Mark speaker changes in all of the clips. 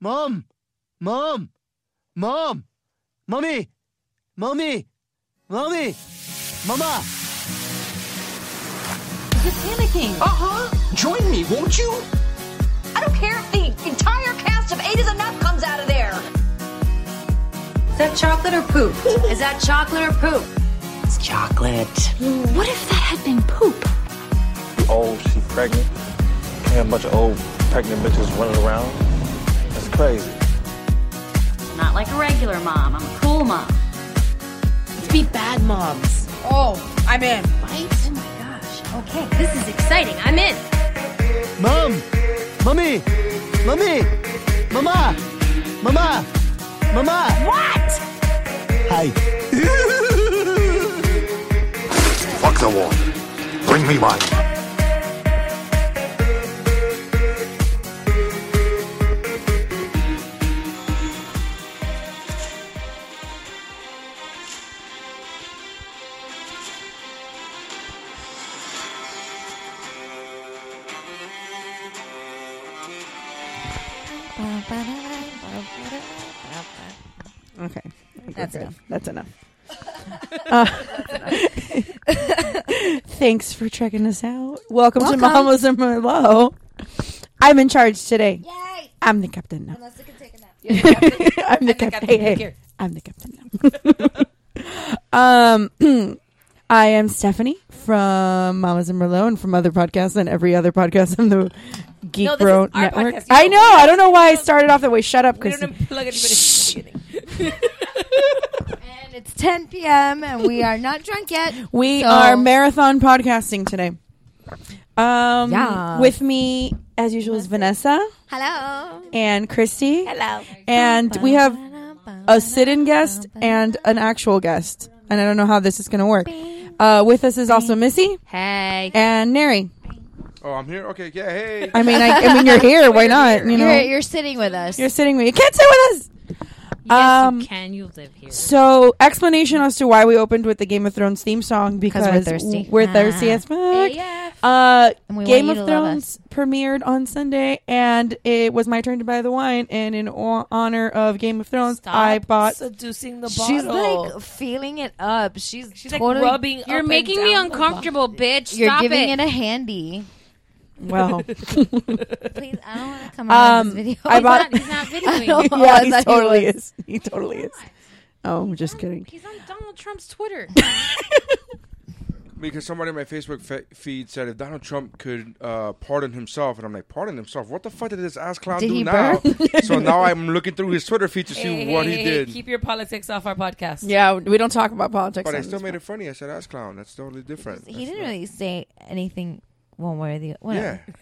Speaker 1: Mom! Mom! Mom! Mommy! Mommy! Mommy! Mama!
Speaker 2: You're panicking.
Speaker 3: Uh huh. Join me, won't you?
Speaker 2: I don't care if the entire cast of Eight is Enough comes out of there. Is that chocolate or poop? Is that chocolate or poop?
Speaker 3: It's chocolate.
Speaker 2: What if that had been poop?
Speaker 4: old, she pregnant. And a bunch of old pregnant bitches running around. That's crazy.
Speaker 5: Not like a regular mom. I'm a cool mom.
Speaker 6: Let's be bad moms.
Speaker 2: Oh, I'm in.
Speaker 5: Oh my gosh. Okay, this is exciting. I'm in.
Speaker 1: Mom! Mommy! Mommy! Mama! Mama! Mama!
Speaker 5: What?
Speaker 1: Hi.
Speaker 7: Fuck the war. Bring me mine.
Speaker 8: Okay. I think we're
Speaker 9: That's
Speaker 8: good.
Speaker 9: enough.
Speaker 8: That's enough. Uh,
Speaker 9: Uh,
Speaker 8: thanks for checking us out. Welcome,
Speaker 9: Welcome.
Speaker 8: to Mamas and Merlot. I'm in charge today.
Speaker 9: Yay!
Speaker 8: I'm the captain now.
Speaker 9: Unless they can take a nap.
Speaker 8: I'm the
Speaker 9: the
Speaker 8: captain.
Speaker 9: captain.
Speaker 8: Hey, hey,
Speaker 9: Here.
Speaker 8: I'm the captain now. um, I am Stephanie from Mamas and Merlot and from other podcasts and every other podcast on the Geek
Speaker 9: No, this
Speaker 8: Bro
Speaker 9: is our
Speaker 8: Network.
Speaker 9: podcast.
Speaker 8: I know. I don't know why I started off that way. Shut up,
Speaker 9: We don't
Speaker 8: Christy.
Speaker 9: plug anybody
Speaker 8: Shh.
Speaker 9: in the beginning. and
Speaker 8: And
Speaker 9: it's
Speaker 8: it's
Speaker 9: 10 p.m. and we are not drunk yet.
Speaker 8: We are marathon podcasting today. Um,
Speaker 9: Yeah.
Speaker 8: With me, as usual, is Vanessa
Speaker 9: Hello.
Speaker 8: and Christy.
Speaker 9: Hello.
Speaker 8: And we have a sit in guest and an actual guest. And I don't know how this is going to work. Uh, with us is also Missy
Speaker 9: Hey.
Speaker 8: and Neri.
Speaker 10: Oh, I'm here. Okay, yeah. Hey,
Speaker 8: I mean, I, I mean, you're here. Why not? You know,
Speaker 9: You're,
Speaker 8: you're,
Speaker 9: you're sitting with us.
Speaker 8: sitting with you. Can't sit with us. Um,
Speaker 5: Can you live here?
Speaker 8: So, explanation as to why we opened with the Game of Thrones theme song because
Speaker 9: we're thirsty.
Speaker 8: We're
Speaker 9: Ah.
Speaker 8: thirsty as fuck.
Speaker 9: AF.
Speaker 8: Uh,
Speaker 9: And we want
Speaker 8: Game
Speaker 9: you
Speaker 8: of
Speaker 9: to love
Speaker 8: Thrones premiered on Sunday, and it was my turn to buy the wine. And in o- honor of Game of Thrones, I bought.
Speaker 9: seducing the She's like feeling it up. She's, She's
Speaker 2: like
Speaker 9: totally
Speaker 2: rubbing
Speaker 5: You're making me uncomfortable, bitch.
Speaker 9: You're
Speaker 5: Stop
Speaker 9: giving
Speaker 5: it.
Speaker 9: it. a handy.
Speaker 8: well,
Speaker 9: Please, I don't want to come on
Speaker 8: um,
Speaker 9: this video.
Speaker 8: I bought.
Speaker 5: He's not
Speaker 9: I don't
Speaker 5: videoing.
Speaker 9: know.
Speaker 8: yeah,
Speaker 9: I
Speaker 8: he
Speaker 9: thought he
Speaker 8: totally
Speaker 9: was.
Speaker 8: is. He totally is. Oh, I'm just kidding.
Speaker 5: He's on Donald Trump's Twitter.
Speaker 10: because somebody on my Facebook fe- feed said if Donald Trump could uh, pardon himself, and I'm like, pardon himself? What the fuck did this ass clown
Speaker 9: Did he
Speaker 10: do now? so now I'm looking through his Twitter feed to see what he did.
Speaker 2: Keep your politics off our podcast.
Speaker 8: Yeah, we don't talk about politics.
Speaker 10: but I
Speaker 8: on
Speaker 10: still
Speaker 8: this
Speaker 10: made it funny. I said ass clown. That's totally different.
Speaker 9: He
Speaker 10: That's
Speaker 9: didn't
Speaker 10: not-
Speaker 9: really say anything one way or the other.
Speaker 10: Yeah.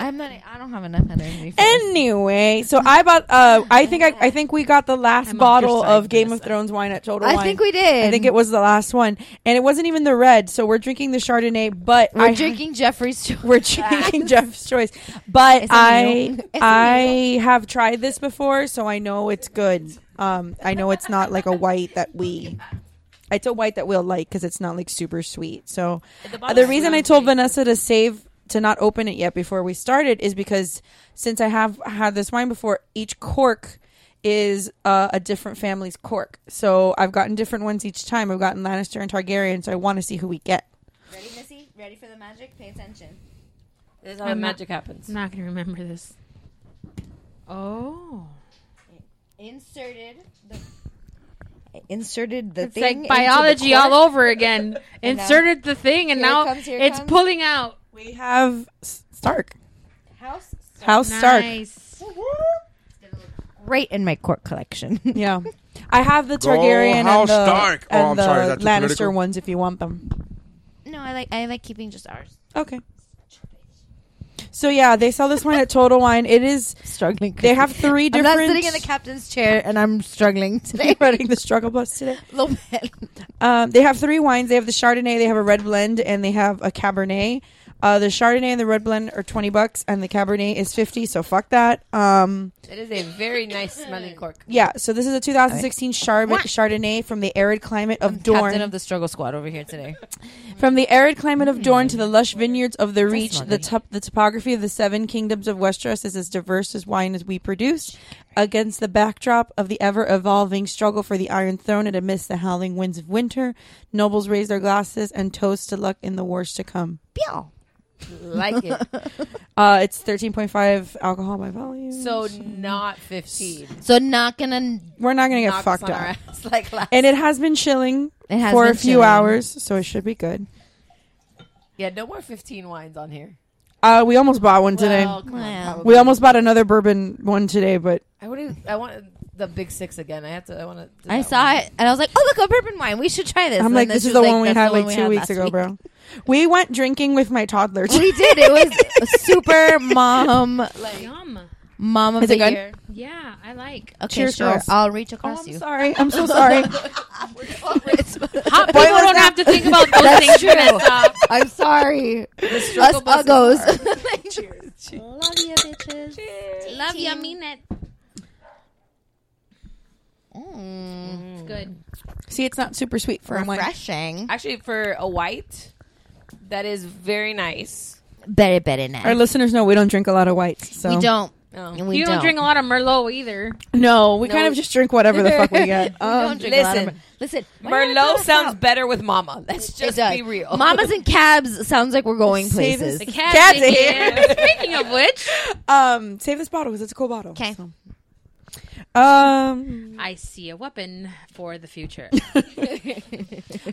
Speaker 9: I'm not. I don't have enough energy. For this.
Speaker 8: Anyway, so I bought. Uh, I think I, I think we got the last
Speaker 5: I'm on
Speaker 8: bottle
Speaker 5: your side,
Speaker 8: of Game of
Speaker 5: Vanessa.
Speaker 8: Thrones wine at Total.
Speaker 9: I
Speaker 8: Wine.
Speaker 9: think we did.
Speaker 8: I think it was the last one, and it wasn't even the red. So we're drinking the Chardonnay, but
Speaker 9: We're
Speaker 8: I,
Speaker 9: drinking Jeffrey's. Choice.
Speaker 8: We're drinking Jeff's Choice, but
Speaker 9: It's a
Speaker 8: I
Speaker 9: meal. It's a
Speaker 8: I have tried this before, so I know it's good. Um, I know it's not like a white that we. It's a white that we'll like because it's not like super sweet. So
Speaker 2: The
Speaker 8: uh, the
Speaker 2: bottle's
Speaker 8: reason
Speaker 2: not
Speaker 8: I told
Speaker 2: great.
Speaker 8: Vanessa to save to not open it yet before we started is because since I have had this wine before, each cork is uh, a different family's cork. So I've gotten different ones each time. I've gotten Lannister and Targaryen, so I want to see who we get.
Speaker 9: Ready, Missy? Ready for the magic? Pay attention.
Speaker 2: This is how the magic happens.
Speaker 5: I'm not going to remember this.
Speaker 9: Oh. Inserted the. Inserted the
Speaker 11: It's
Speaker 9: thing.
Speaker 11: like biology all over again.
Speaker 9: And now-
Speaker 11: Inserted the thing, and
Speaker 9: Here it
Speaker 11: now
Speaker 9: comes, here it
Speaker 11: it's
Speaker 9: comes.
Speaker 11: pulling out.
Speaker 8: We have Stark.
Speaker 9: House
Speaker 8: House Stark.
Speaker 11: Nice.
Speaker 9: Great in my court collection.
Speaker 8: Yeah. I have the
Speaker 9: Go
Speaker 8: Targaryen and
Speaker 9: House
Speaker 8: the,
Speaker 9: Stark. Oh,
Speaker 8: and
Speaker 9: I'm
Speaker 8: the
Speaker 9: sorry, is that too
Speaker 8: Lannister
Speaker 9: political?
Speaker 8: ones if you want them.
Speaker 9: No, I like I like keeping just ours.
Speaker 8: Okay. So yeah, they sell this wine at Total Wine. It is
Speaker 9: struggling.
Speaker 8: They have three
Speaker 9: I'm
Speaker 8: different.
Speaker 9: not sitting in the captain's chair and I'm struggling today.
Speaker 8: running the struggle bus today.
Speaker 9: A little bit.
Speaker 8: Um, they have three wines. They have the Chardonnay, they have a red blend, and they have a Cabernet. Uh, the Chardonnay and the red blend are twenty bucks, and the Cabernet is fifty. So fuck that. Um,
Speaker 12: It is a very nice smelling cork.
Speaker 8: yeah. So this is a 2016 Char- Chardonnay from the arid climate of Dorne.
Speaker 12: Captain of the struggle squad over here today.
Speaker 8: From the arid climate of Dorne to
Speaker 9: Mm.
Speaker 8: the lush vineyards of the Reach, the, top the topography of the seven kingdoms of Westeros is as diverse as wine as we produce. Against the backdrop of the ever evolving struggle for the Iron Throne and amidst the howling winds of winter, nobles raise their glasses and toast to luck in the wars to come.
Speaker 12: like it.
Speaker 8: Uh, it's 13.5 alcohol by volume.
Speaker 12: So not 15.
Speaker 9: So not gonna.
Speaker 8: We're not going to get
Speaker 12: knocks
Speaker 8: fucked
Speaker 12: on our
Speaker 8: up.
Speaker 12: ass like last-
Speaker 8: and it has been chilling
Speaker 9: It has
Speaker 8: for a
Speaker 9: been
Speaker 8: few
Speaker 9: chilling.
Speaker 8: hours, so it should be good.
Speaker 12: Yeah, no more 15 wines on here.
Speaker 8: Uh, we almost bought one today.
Speaker 12: Well, come on, Well. probably.
Speaker 8: we almost bought another bourbon one today, but
Speaker 12: I want to. I want the big six again. I have to. I want to.
Speaker 9: I saw it and I was like, "Oh look, a bourbon wine. We should try this."
Speaker 8: I'm
Speaker 9: And
Speaker 8: like,
Speaker 9: then
Speaker 8: this
Speaker 9: she
Speaker 8: is the
Speaker 9: was
Speaker 8: one we
Speaker 9: "That's
Speaker 8: had
Speaker 9: the
Speaker 8: like
Speaker 9: we
Speaker 8: two
Speaker 9: had
Speaker 8: weeks
Speaker 9: last
Speaker 8: ago,
Speaker 9: week."
Speaker 8: bro. We went drinking with my toddler.
Speaker 9: We did. It was super mom, like
Speaker 11: Yum.
Speaker 9: mom of
Speaker 8: Is
Speaker 9: the
Speaker 8: it good?
Speaker 9: year.
Speaker 11: Yeah, I like.
Speaker 9: Okay,
Speaker 8: Cheers,
Speaker 9: sure.
Speaker 8: girls.
Speaker 9: I'll reach across
Speaker 8: Oh, I'm
Speaker 9: you.
Speaker 8: sorry. I'm so sorry.
Speaker 11: Hot people don't have to think about those
Speaker 9: That's
Speaker 11: things,
Speaker 9: true.
Speaker 11: Vanessa.
Speaker 9: I'm sorry. Us
Speaker 11: struggle bus is
Speaker 9: uggos.
Speaker 11: Love you, bitches. Love you. I mean it. It's good.
Speaker 8: See, it's not super sweet for
Speaker 9: Refreshing.
Speaker 12: Actually, for a white, that is very nice.
Speaker 9: Very, very nice.
Speaker 8: Our listeners know we don't drink a lot of whites. So
Speaker 12: No.
Speaker 9: And we
Speaker 11: you don't,
Speaker 9: don't.
Speaker 11: drink a lot of Merlot either.
Speaker 8: No, we
Speaker 11: No.
Speaker 8: kind of just drink whatever the fuck we get. Um,
Speaker 9: don't drink a lot of
Speaker 12: listen,
Speaker 9: listen.
Speaker 12: Merlot sounds better with Mama. Let's just
Speaker 9: does.
Speaker 12: be real.
Speaker 9: Mamas and cabs sounds like we're going
Speaker 8: Save
Speaker 9: places.
Speaker 8: this-
Speaker 11: The cats
Speaker 8: Cats
Speaker 11: in
Speaker 8: in
Speaker 11: here. Speaking of which,
Speaker 8: um, save this bottle because it's a cool bottle.
Speaker 9: Okay.
Speaker 8: Um.
Speaker 11: I see a weapon for the future.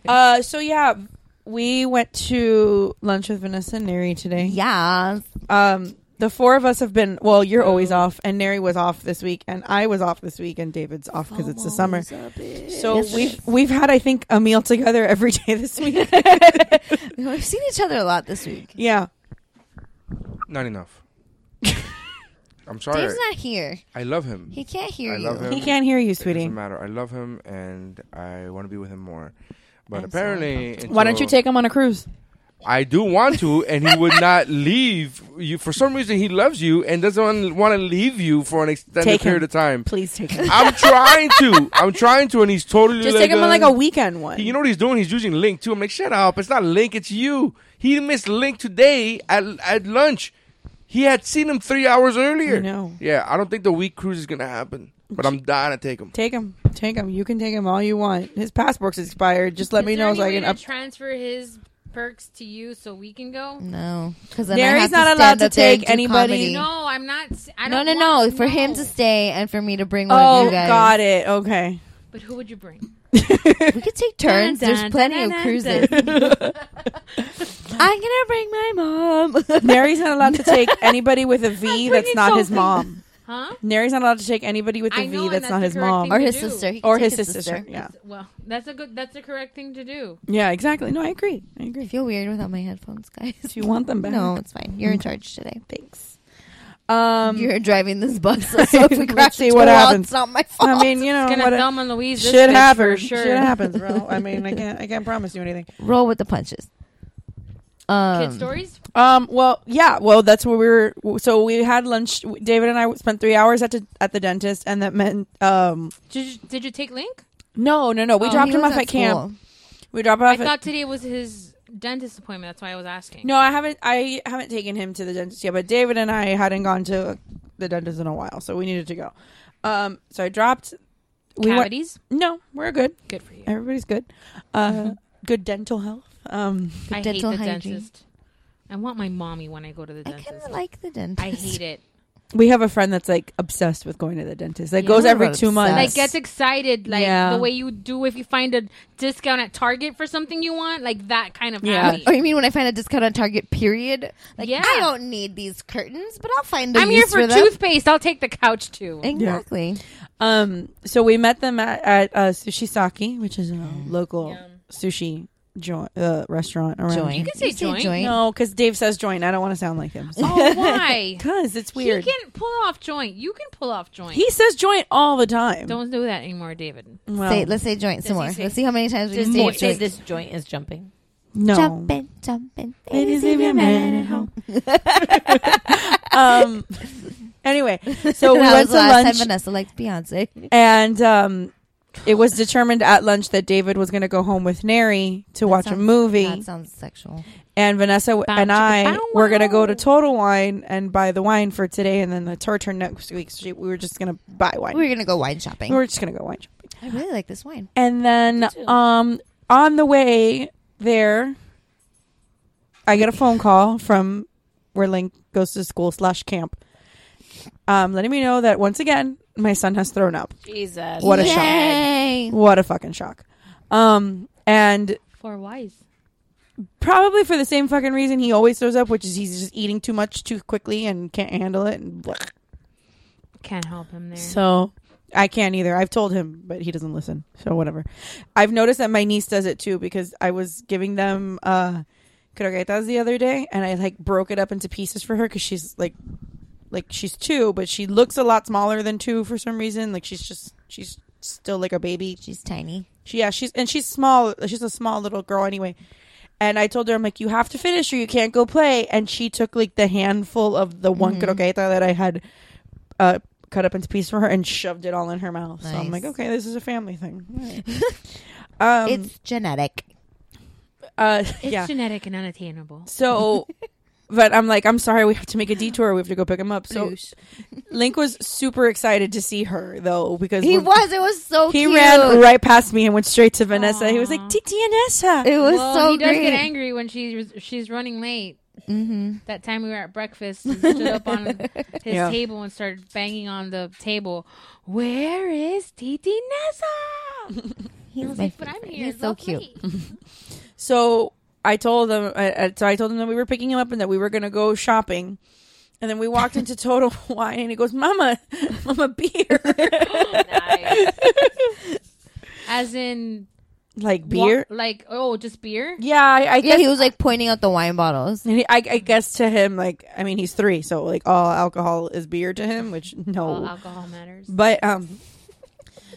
Speaker 8: Uh. So yeah, we went to lunch with Vanessa and Neri today.
Speaker 9: Yeah. Oh.
Speaker 8: Um. The four of us have been. Well, you're always off, and Neri was off this week, and I was off this week, and David's off because it's the summer. So
Speaker 9: Yes,
Speaker 8: we've we've had I think a meal together every day this week.
Speaker 9: We've seen each other a lot this week.
Speaker 8: yeah.
Speaker 10: Not enough. I'm sorry.
Speaker 9: Dave's not here.
Speaker 10: I love him.
Speaker 9: He can't hear
Speaker 10: I love
Speaker 9: you.
Speaker 10: him.
Speaker 8: He can't hear you,
Speaker 10: It
Speaker 8: sweetie.
Speaker 10: doesn't matter. I love him, and I want to be with him more. But
Speaker 9: I'm so
Speaker 10: apparently,
Speaker 8: Why don't you
Speaker 10: until-
Speaker 8: take him on a cruise?
Speaker 10: I do want to, and he would not leave you. For some reason, he loves you and doesn't want to leave you for an extended
Speaker 8: Take him.
Speaker 10: period of time.
Speaker 8: Please take him.
Speaker 10: I'm trying to. I'm trying to, and he's totally
Speaker 8: Just take him on like
Speaker 10: uh,
Speaker 8: a weekend one.
Speaker 10: he- You know what he's doing? He's using Link too. I'm like, shut up! It's not Link. It's you. He missed Link today at at lunch. He had seen him three hours earlier.
Speaker 8: I know.
Speaker 10: Yeah, I don't think the week cruise is gonna happen, but I'm dying to take him.
Speaker 8: Take him. Take him. You can take him all you want. His passport's expired. Just let
Speaker 11: Is
Speaker 8: me
Speaker 11: there
Speaker 8: know
Speaker 11: any
Speaker 8: so I
Speaker 11: way
Speaker 8: can
Speaker 11: to
Speaker 8: up.
Speaker 11: transfer his perks to you so we can go.
Speaker 9: No, because
Speaker 8: Mary's not allowed to take anybody.
Speaker 11: No, I'm not. s- I
Speaker 9: No,
Speaker 11: don't
Speaker 9: no,
Speaker 11: want-
Speaker 9: no. For him to stay and for me to bring one of
Speaker 8: Oh,
Speaker 9: you guys.
Speaker 8: got it. Okay.
Speaker 11: But who would you bring?
Speaker 9: We could take turns.
Speaker 11: Dun, dun,
Speaker 9: There's plenty
Speaker 11: dun,
Speaker 9: of
Speaker 11: dun,
Speaker 9: cruises. I'm gonna bring my mom.
Speaker 8: Mary's not allowed to take anybody with a V that's
Speaker 9: bringing
Speaker 8: not his
Speaker 9: something.
Speaker 8: mom.
Speaker 11: Huh?
Speaker 8: Mary's not allowed to take anybody with a
Speaker 11: I
Speaker 8: V
Speaker 11: know, and
Speaker 8: that's,
Speaker 11: that's
Speaker 8: not
Speaker 11: the
Speaker 8: his
Speaker 11: correct
Speaker 8: mom
Speaker 11: thing Or to his do.
Speaker 9: sister. He can
Speaker 8: or
Speaker 9: take
Speaker 8: his,
Speaker 9: his
Speaker 8: sister.
Speaker 9: sister.
Speaker 8: Yeah.
Speaker 11: Well, that's a good. That's the correct thing to do.
Speaker 8: Yeah. Exactly. No, I agree. I agree.
Speaker 9: I feel weird without my headphones, guys.
Speaker 8: If you want them back,
Speaker 9: No, it's fine. You're in charge today.
Speaker 8: Thanks. Um.
Speaker 9: You're driving this bus, so if we
Speaker 8: Let's
Speaker 9: crash
Speaker 8: see
Speaker 9: into
Speaker 8: what
Speaker 9: a wall,
Speaker 8: happens.
Speaker 9: it's not my fault.
Speaker 8: I mean, you know,
Speaker 11: It's
Speaker 8: what
Speaker 11: gonna
Speaker 8: I-
Speaker 11: Thelma and Louise. This
Speaker 8: shit
Speaker 11: bitch
Speaker 8: happens.
Speaker 11: For sure.
Speaker 8: Shit happens, bro. I mean, I can't. I can't promise you anything.
Speaker 9: roll with the punches. Um,
Speaker 11: Kid stories.
Speaker 8: Um. Well, yeah. Well, that's where we were. So we had lunch. David and I spent three hours at the at the dentist, and that meant um.
Speaker 11: Did you, did you take Link?
Speaker 8: No, no, no. We
Speaker 11: Oh,
Speaker 8: dropped
Speaker 9: he
Speaker 8: him
Speaker 9: was
Speaker 8: off at, camp.
Speaker 9: school.
Speaker 8: We dropped him
Speaker 11: I
Speaker 8: off. at,
Speaker 11: thought today was his dentist appointment. That's why I was asking.
Speaker 8: no, I haven't. I haven't taken him to the dentist yet. But David and I hadn't gone to the dentist in a while, so we needed to go. Um. So I dropped. We Er, went-
Speaker 11: cavities.
Speaker 8: no, we're good.
Speaker 11: Good for you.
Speaker 8: Everybody's good.
Speaker 11: Mm-hmm.
Speaker 8: Uh, good dental health. Um.
Speaker 11: I hate
Speaker 9: dental
Speaker 11: the
Speaker 9: hygiene.
Speaker 11: dentist. I want my mommy when I go to the
Speaker 9: I
Speaker 11: dentist.
Speaker 9: kind of like the dentist.
Speaker 11: I hate it.
Speaker 8: We have a friend that's like obsessed with going to the dentist. That goes every two months.
Speaker 11: Like gets excited, like
Speaker 8: Yeah.
Speaker 11: the way you do if you find a discount at Target for something you want, like that kind of.
Speaker 9: Yeah.
Speaker 11: alley.
Speaker 9: Oh, you mean when I find a discount on Target? Period. Like
Speaker 11: Yeah.
Speaker 9: I don't need these curtains, but I'll find. i
Speaker 11: I'm here
Speaker 9: for,
Speaker 11: for,
Speaker 9: them.
Speaker 11: toothpaste. I'll take the couch too.
Speaker 9: Exactly.
Speaker 8: Um, so we met them at, at uh, Sushi Saki, which is a
Speaker 9: Mm.
Speaker 8: local sushi joint uh, restaurant around.
Speaker 9: Joint. You can say You say joint. joint.
Speaker 8: No, because Dave says joint. I don't want to sound like him.
Speaker 11: Oh, why?
Speaker 8: Because it's weird.
Speaker 11: He can pull off joint. You can pull off joint.
Speaker 8: He says joint all the time.
Speaker 11: Don't do that anymore, David.
Speaker 8: Well,
Speaker 9: Say, let's say joint
Speaker 11: Does
Speaker 9: some
Speaker 11: he
Speaker 9: more.
Speaker 11: say-
Speaker 9: let's see how many times we
Speaker 11: does
Speaker 9: can
Speaker 11: he
Speaker 9: say
Speaker 11: say
Speaker 9: joint.
Speaker 11: this
Speaker 12: joint is jumping.
Speaker 8: no.
Speaker 9: Jumping, jumping.
Speaker 8: Ladies, leave your man at home. um. Anyway, so we
Speaker 9: that
Speaker 8: went
Speaker 9: was
Speaker 8: to
Speaker 9: the last
Speaker 8: lunch.
Speaker 9: time Vanessa liked Beyonce.
Speaker 8: and um, it was determined at lunch that David was going to go home with Neri to watch a
Speaker 9: sounds-
Speaker 8: movie.
Speaker 9: That sounds sexual.
Speaker 8: and Vanessa w and I were going to go to Total Wine and buy the wine for today, and then it's her turn next week. So she, we were just going to buy wine.
Speaker 9: We were gonna go wine shopping.
Speaker 8: We were just going to go wine shopping.
Speaker 9: I really like this wine.
Speaker 8: And then um, on the way there, I get a phone call from where Link goes to school slash camp, um, letting me know that once again my son has thrown up.
Speaker 12: Jesus.
Speaker 8: What a
Speaker 9: Yay.
Speaker 8: shock! What a fucking shock! Um, and
Speaker 11: For wise.
Speaker 8: probably for the same fucking reason he always throws up, which is he's just eating too much too quickly and can't handle it. And blech.
Speaker 11: Can't help him there.
Speaker 8: so I can't either. I've told him, but he doesn't listen. So whatever. I've noticed that my niece does it too because I was giving them uh croquetas the other day, and I like broke it up into pieces for her because she's like, like she's two, but she looks a lot smaller than two for some reason. Like she's just she's still like a baby.
Speaker 9: She's tiny.
Speaker 8: She, yeah, she's and she's small. She's a small little girl anyway. And I told her, I'm like, you have to finish or you can't go play. And she took like the handful of the one
Speaker 9: Mm-hmm.
Speaker 8: croqueta that I had uh, cut up into pieces for her and shoved it all in her mouth. So I'm
Speaker 9: Nice.
Speaker 8: like, okay, this is a family thing. um,
Speaker 9: it's genetic.
Speaker 8: uh,
Speaker 11: It's
Speaker 8: yeah.
Speaker 11: genetic and unattainable.
Speaker 8: So, but I'm like, I'm sorry, we have to make a detour. We have to go pick him up. So, Link was super excited to see her though because
Speaker 9: He
Speaker 8: we're-
Speaker 9: was. It was so.
Speaker 8: He
Speaker 9: cute.
Speaker 8: ran right past me and went straight to Vanessa. He was like, Titi Vanessa.
Speaker 9: It was
Speaker 11: Well,
Speaker 9: so
Speaker 11: he does
Speaker 9: great.
Speaker 11: get angry when she's she's running late.
Speaker 9: Mhm.
Speaker 11: That time we were at breakfast, he stood up on his
Speaker 8: Yeah.
Speaker 11: table and started banging on the table. Where is Titi Nessa?
Speaker 9: He was
Speaker 11: like, "But I'm here.
Speaker 9: He's so
Speaker 11: Look
Speaker 9: cute.
Speaker 8: So I told them. I, I- so I told them that we were picking him up and that we were gonna go shopping. And then we walked into Total Wine, and he goes, "Mama, Mama, beer,
Speaker 11: As in
Speaker 8: like
Speaker 11: wa-
Speaker 8: beer."
Speaker 11: like oh, just beer.
Speaker 8: Yeah, I, I
Speaker 9: Yeah,
Speaker 8: guess.
Speaker 9: he was like pointing out the wine bottles.
Speaker 8: and he- I, I guess to him, like, I mean, he's three, so like all alcohol is beer to him, which no,
Speaker 11: All alcohol matters.
Speaker 8: But um,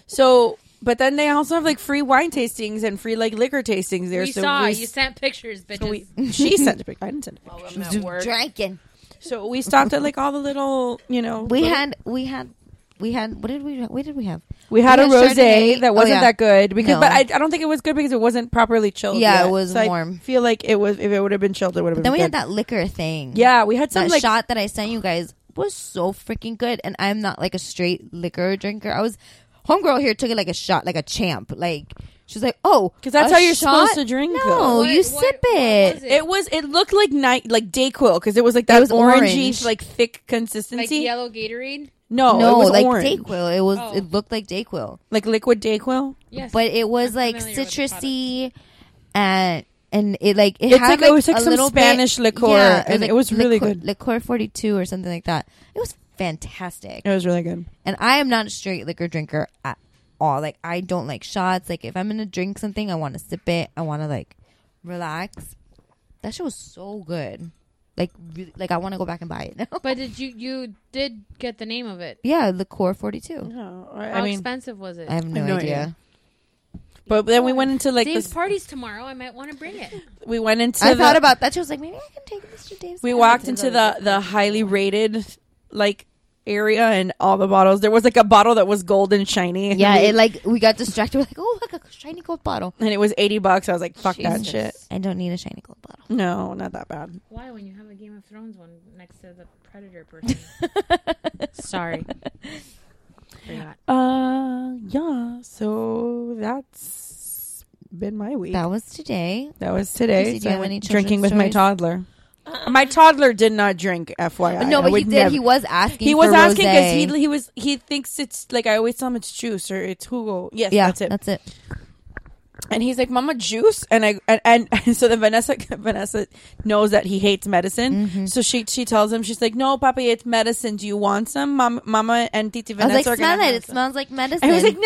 Speaker 8: so but then they also have like free wine tastings and free like liquor tastings there.
Speaker 11: we
Speaker 8: so
Speaker 11: saw
Speaker 8: we
Speaker 11: you sent pictures, bitches. Oh,
Speaker 8: she sent a pic. I didn't send a pic.
Speaker 11: I'm at work.
Speaker 9: Drinking.
Speaker 8: So we stopped at like all the little, you know,
Speaker 9: We
Speaker 8: little-
Speaker 9: had. We had. We had. What did we? What did we have?
Speaker 8: We had a rose
Speaker 9: Chardonnay.
Speaker 8: that
Speaker 9: Oh,
Speaker 8: wasn't
Speaker 9: yeah.
Speaker 8: that good because,
Speaker 9: No.
Speaker 8: but I, I don't think it was good because it wasn't properly chilled.
Speaker 9: Yeah, it
Speaker 8: yet.
Speaker 9: was
Speaker 8: So
Speaker 9: warm.
Speaker 8: I feel like it was if it would have been chilled, it would have been.
Speaker 9: then we had
Speaker 8: good.
Speaker 9: that liquor thing.
Speaker 8: Yeah, we had some
Speaker 9: that
Speaker 8: like
Speaker 9: shot that I sent you guys was so freaking good, and I'm not like a straight liquor drinker. I was homegirl here took it like a shot, like a champ. Like she's like, oh,
Speaker 8: 'Cause that's
Speaker 9: a
Speaker 8: how you're
Speaker 9: shot?
Speaker 8: supposed to drink,
Speaker 9: No,
Speaker 8: though.
Speaker 9: you sip it.
Speaker 8: it? was. It looked like night, like Dayquil, because it was like that
Speaker 9: was
Speaker 8: orangey,
Speaker 9: orange.
Speaker 8: like thick
Speaker 11: like
Speaker 8: consistency.
Speaker 11: yellow Gatorade.
Speaker 8: no,
Speaker 9: no,
Speaker 8: Oh, it was
Speaker 9: like
Speaker 8: orange,
Speaker 9: Dayquil. It was.
Speaker 11: Oh.
Speaker 9: It looked like Dayquil,
Speaker 8: like liquid Dayquil.
Speaker 11: Yes,
Speaker 9: but it was
Speaker 11: I'm
Speaker 9: like
Speaker 11: familiar with the product.
Speaker 9: citrusy and. And it like it
Speaker 8: It's
Speaker 9: had
Speaker 8: like- it was like
Speaker 9: a
Speaker 8: some
Speaker 9: little bit-
Speaker 8: Spanish liqueur,
Speaker 9: yeah,
Speaker 8: and it was really
Speaker 9: liqueur-
Speaker 8: good.
Speaker 9: liqueur forty two or something like that. It was fantastic.
Speaker 8: It was really good.
Speaker 9: And I am not a straight liquor drinker at all. Like I don't like shots. Like if I'm gonna drink something, I want to sip it. I want to like relax. That shit was so good. Like really, like I want to go back and buy it now.
Speaker 11: But did you you did get the name of it?
Speaker 9: yeah, liqueur forty two.
Speaker 11: Oh,
Speaker 8: No,
Speaker 11: How
Speaker 8: I mean,
Speaker 11: expensive was it?
Speaker 9: I have no,
Speaker 8: no
Speaker 9: idea.
Speaker 8: idea. but then we went into like
Speaker 11: Dave's
Speaker 8: this.
Speaker 11: party's tomorrow. I might want to bring it.
Speaker 8: We went into.
Speaker 9: I
Speaker 8: the-
Speaker 9: thought about that. She was like, maybe I can take this to Dave's.
Speaker 8: we
Speaker 9: house.
Speaker 8: walked into the the highly rated like area and all the bottles there was like a bottle that was gold and shiny and
Speaker 9: Yeah,
Speaker 8: we-
Speaker 9: it like we got distracted. We're like, oh, look a shiny gold bottle.
Speaker 8: and it was 80 bucks i was like fuck that
Speaker 9: Jesus.
Speaker 8: shit
Speaker 9: I don't need a shiny gold bottle.
Speaker 8: no not that bad
Speaker 11: Why when you have a Game of Thrones one next to the Predator person? Sorry. Forgot.
Speaker 8: uh yeah so that's been my week that,
Speaker 9: That was today.
Speaker 8: was today
Speaker 9: Chrissy, do
Speaker 8: So
Speaker 9: you
Speaker 8: I
Speaker 9: have
Speaker 8: went
Speaker 9: any
Speaker 8: drinking
Speaker 9: children's
Speaker 8: with my
Speaker 9: stories?
Speaker 8: toddler Uh-uh. My toddler did not drink, FYI.
Speaker 9: No,
Speaker 8: I
Speaker 9: but he
Speaker 8: would
Speaker 9: did. He was asking
Speaker 8: He was
Speaker 9: for
Speaker 8: asking
Speaker 9: rosé.
Speaker 8: he he was he thinks it's like I always tell him it's juice or it's Hugo. Yes,
Speaker 9: Yeah,
Speaker 8: that's it.
Speaker 9: That's it.
Speaker 8: And he's like, "Mama, juice." And I and, and, and so then Vanessa Vanessa knows that he hates medicine. So she she tells him she's like, "No, Papa, it's medicine. Do you want some, Mom, Mama and Titi
Speaker 9: I was
Speaker 8: Vanessa?"
Speaker 9: like,
Speaker 8: are gonna
Speaker 9: smell
Speaker 8: have
Speaker 9: it. It
Speaker 8: some."
Speaker 9: smells like medicine.
Speaker 8: And he was like,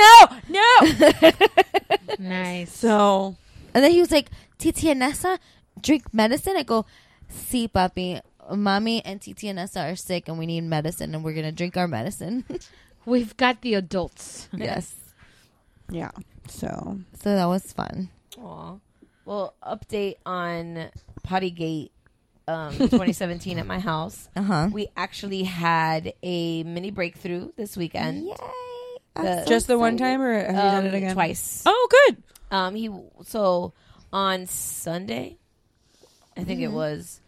Speaker 8: "No,
Speaker 9: no."
Speaker 13: nice.
Speaker 8: So,
Speaker 9: and then he was like, Titi and Nessa drink medicine. I go, see, puppy, mommy and Titi and Nessa are sick, and we need medicine, and we're gonna drink our medicine.
Speaker 13: We've got the adults.
Speaker 9: yes.
Speaker 8: Yeah. So.
Speaker 9: So that was fun.
Speaker 11: Aw. Well, update on Pottygate um, 2017 at my house.
Speaker 9: Uh-huh.
Speaker 11: We actually had a mini breakthrough this weekend. Yay!
Speaker 8: so Just the one time, or have you done it again?
Speaker 11: Twice.
Speaker 8: Oh, good.
Speaker 11: Um, he so on Sunday, I think
Speaker 14: Mhm.
Speaker 11: it was.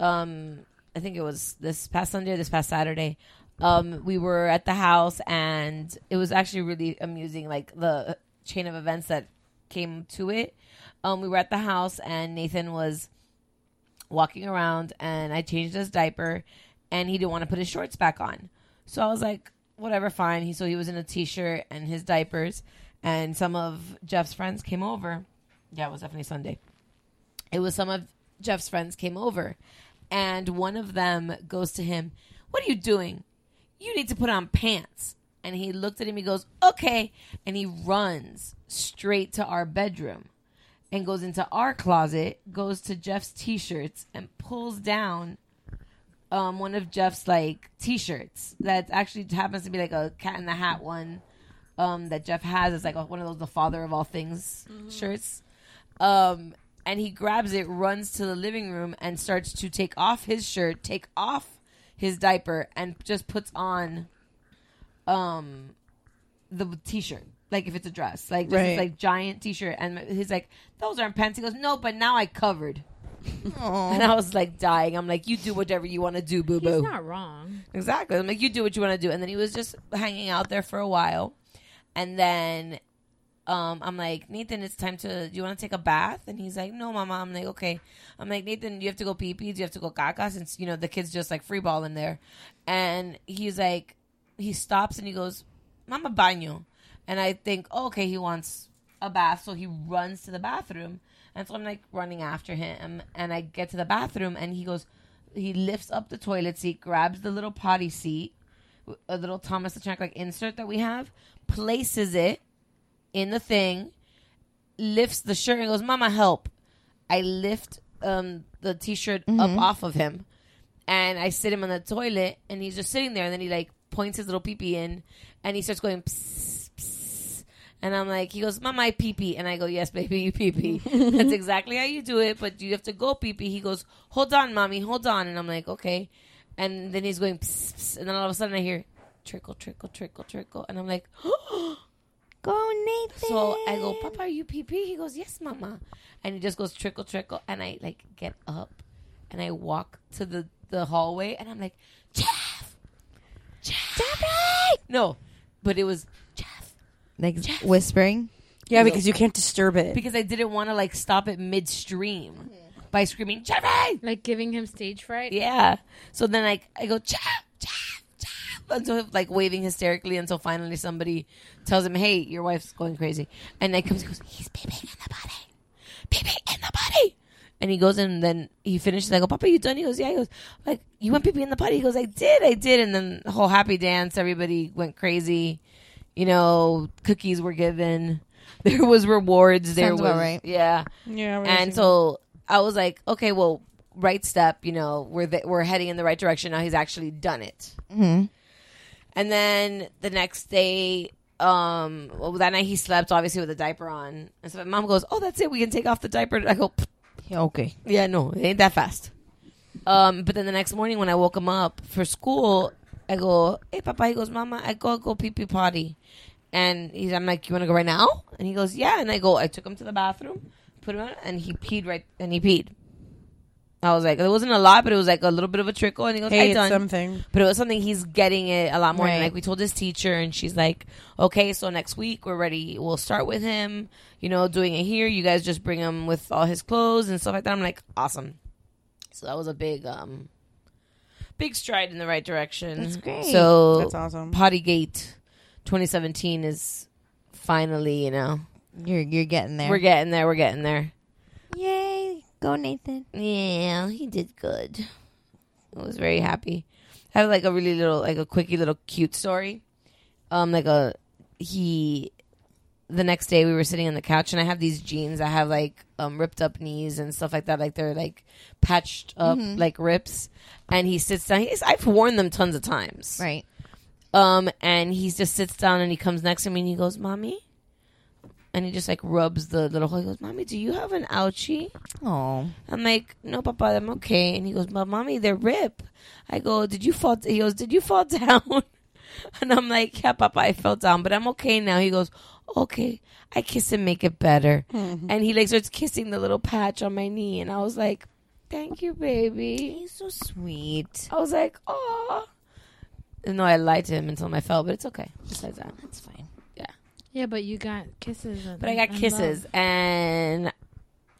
Speaker 11: Um, I think it was this past Sunday, or this past Saturday. Um, we were at the house, and it was actually really amusing. Like the chain of events that came to it. Um, we were at the house, and Nathan was walking around and I changed his diaper and he didn't want to put his shorts back on. So I was like, whatever, fine. He so he was in a t-shirt and his diapers and some of Jeff's friends came over. Yeah, it was definitely Sunday. It was some of Jeff's friends came over and one of them goes to him, "What are you doing? You need to put on pants." And he looked at him, he goes, "Okay." And he runs straight to our bedroom and goes into our closet, goes to Jeff's t-shirts and pulls down um, one of Jeff's like t-shirts that actually happens to be like a cat in the hat one um, that Jeff has. It's like a, one of those the father of all things
Speaker 13: Mm-hmm.
Speaker 11: shirts. Um, and he grabs it, runs to the living room, and starts to take off his shirt, take off his diaper, and just puts on um the t-shirt like if it's a dress like just
Speaker 14: Right.
Speaker 11: this, like giant t-shirt and he's like those aren't pants he goes no but now i covered and i was like dying i'm like you do whatever you want to do boo boo
Speaker 13: He's not wrong.
Speaker 11: Exactly. I'm like, you do what you want to do. And then he was just hanging out there for a while. And then um, I'm like, Nathan, it's time to, do you want to take a bath? And he's like, no, mama. I'm like, okay. I'm like, Nathan, you have to go pee pee. Do you have to go caca? Since, you know, the kid's just like free balling there. And he's like, he stops and he goes, mama baño. And I think, oh, okay, he wants a bath. So he runs to the bathroom. And so I'm like running after him. And I get to the bathroom and he goes, he lifts up the toilet seat, grabs the little potty seat, w- a little Thomas the Tank like insert that we have, places it in the thing, lifts the shirt and goes, "Mama, help!" I lift um, the t-shirt
Speaker 14: Mhm.
Speaker 11: up off of him, and I sit him on the toilet, and he's just sitting there, and then he like points his little pee pee in, and he starts going. Psst, psst. And I'm like, he goes, Mama, I pee pee. And I go, Yes, baby, you pee pee. That's exactly how you do it, but you have to go pee pee. He goes, Hold on, mommy, hold on. And I'm like, Okay. And then he's going, psst, psst. And then all of a sudden I hear trickle, trickle, trickle, trickle. And I'm like, "Oh,
Speaker 9: Go, Nathan.
Speaker 11: So I go, Papa, are you pee pee? He goes, Yes, Mama. And he just goes trickle, trickle. And I like get up and I walk to the, the hallway and I'm like, Jeff, Jeff. No, but it was
Speaker 9: Like whispering.
Speaker 8: Yeah, because you can't disturb it.
Speaker 11: because I didn't want to like stop it midstream by screaming, Jeffrey!
Speaker 13: Like giving him stage fright.
Speaker 11: Yeah. So then I, I go, Jeff, Jeff, Jeff, until like waving hysterically until finally somebody tells him, hey, your wife's going crazy. And I comes, he goes, he's peeping in the body. Peeping in the body. And he goes and then he finishes. I go, Papa, you done? He goes, yeah. He goes, like, you went peeping in the potty? He goes, I did, I did. And then the whole happy dance, everybody went crazy. You know, cookies were given. There was rewards. There
Speaker 9: Sounds
Speaker 11: was,
Speaker 9: about right.
Speaker 11: yeah.
Speaker 8: Yeah, I remember seeing
Speaker 11: And so I was like, okay, well, right step, you know, we're the, we're heading in the right direction. Now he's actually done it.
Speaker 9: Mhm.
Speaker 11: And then the next day, um, well, that night he slept obviously with a diaper on. And so my mom goes, oh, that's it. We can take off the diaper. I go, "Pfft,
Speaker 9: Yeah, okay.
Speaker 11: yeah, no, it ain't that fast. Um, but then the next morning when I woke him up for school, I go, "Hey, Papa." He goes, "Mama, I go go pee pee potty," and he's, I'm like, "You want to go right now?" And he goes, "Yeah." And I go, I took him to the bathroom, put him on, and he peed right, and he peed. I was like, it wasn't a lot, but it was like a little bit of a trickle, and he goes,
Speaker 8: Hey,
Speaker 11: "I
Speaker 8: it's
Speaker 11: done
Speaker 8: something.
Speaker 11: But it was something he's getting it a lot more. And
Speaker 8: Right.
Speaker 11: like we told his teacher, and she's like, "Okay, so next week we're ready. We'll start with him, you know, doing it here. You guys just bring him with all his clothes and stuff like that." I'm like, "Awesome." So that was a big um big stride in the right direction.
Speaker 9: That's great.
Speaker 11: So
Speaker 9: That's awesome.
Speaker 11: Pottygate 2017 is finally, you know,
Speaker 9: you're you're getting there.
Speaker 11: We're getting there. We're getting there.
Speaker 9: Yay! Go Nathan.
Speaker 11: Yeah, he did good. I was very happy. I have like a really little, like a quickie little cute story. Um, like a he. The next day we were sitting on the couch and I have these jeans. I have like um ripped up knees and stuff like that. Like they're like patched up
Speaker 9: Mhm.
Speaker 11: like rips. And he sits down. He's, I've worn them tons of times.
Speaker 9: Right.
Speaker 11: Um, and he just sits down and he comes next to me and he goes, "Mommy," and he just like rubs the little hole. He goes, "Mommy, do you have an ouchie?"
Speaker 9: Oh.
Speaker 11: I'm like, no, Papa, I'm okay. And he goes, but mommy, they're rip. I go, did you fall? He goes, did you fall down? And I'm like, yeah, Papa, I fell down, but I'm okay now. He goes, okay, I kiss and make it better.
Speaker 9: Mhm.
Speaker 11: And he like starts kissing the little patch on my knee, and I was like, thank you, baby.
Speaker 9: He's so sweet.
Speaker 11: I was like, oh. No, I lied to him and told him I fell, but it's okay. Besides that, that's fine. Yeah,
Speaker 8: Yeah, but you got kisses.
Speaker 11: but I got kisses, and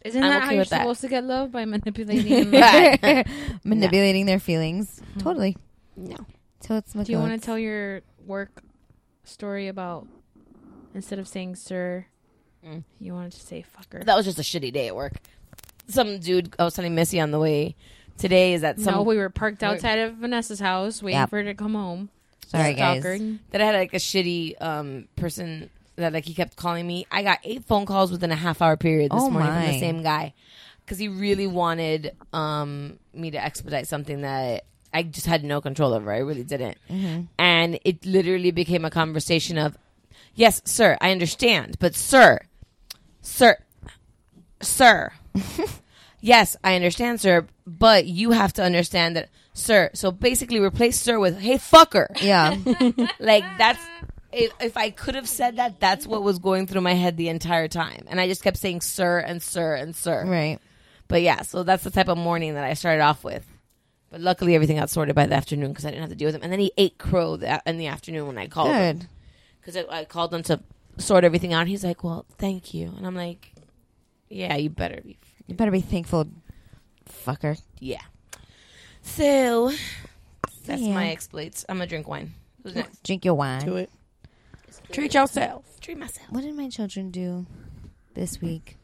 Speaker 8: Isn't
Speaker 11: I'm
Speaker 8: that
Speaker 11: okay
Speaker 8: how you're
Speaker 11: with that.
Speaker 8: supposed to get love by manipulating?
Speaker 11: Right.
Speaker 9: Manipulating their feelings. Totally.
Speaker 11: No.
Speaker 9: So it's
Speaker 8: Do you want to tell your work story about instead of saying sir, you wanted to say fucker?
Speaker 11: That was just a shitty day at work. Some dude, I was telling Missy on the way today, is that some.
Speaker 8: no, we were parked outside of Vanessa's house waiting
Speaker 11: Yep.
Speaker 8: for her to come home.
Speaker 9: Sorry, guys.
Speaker 8: Stalkered.
Speaker 11: That I had like a shitty um, person that like he kept calling me. I got eight phone calls within a half hour period this
Speaker 9: Oh,
Speaker 11: morning from
Speaker 9: my.
Speaker 11: the same guy because he really wanted um, me to expedite something that I just had no control over. I really didn't.
Speaker 9: Mhm.
Speaker 11: And it literally became a conversation of, yes, sir, I understand, but sir, sir, sir. yes, I understand, sir, but you have to understand that, sir. So basically, replace sir with hey fucker.
Speaker 9: Yeah,
Speaker 11: like that's if, if I could have said that, that's what was going through my head the entire time, and I just kept saying sir and sir and sir.
Speaker 9: Right.
Speaker 11: But yeah, so that's the type of morning that I started off with. But luckily, everything got sorted by the afternoon because I didn't have to deal with him. And then he ate crow that in the afternoon when I called him.
Speaker 9: Good.
Speaker 11: Because I, I called him to sort everything out. He's like, well, thank you. And I'm like, yeah, you better be.
Speaker 9: You better be thankful, fucker.
Speaker 11: Yeah. So that's
Speaker 9: Yeah.
Speaker 11: my exploits. I'm going to drink wine. Who's next?
Speaker 9: Drink your wine.
Speaker 15: Do it. Treat yourself.
Speaker 11: Treat myself.
Speaker 9: What did my children do this week?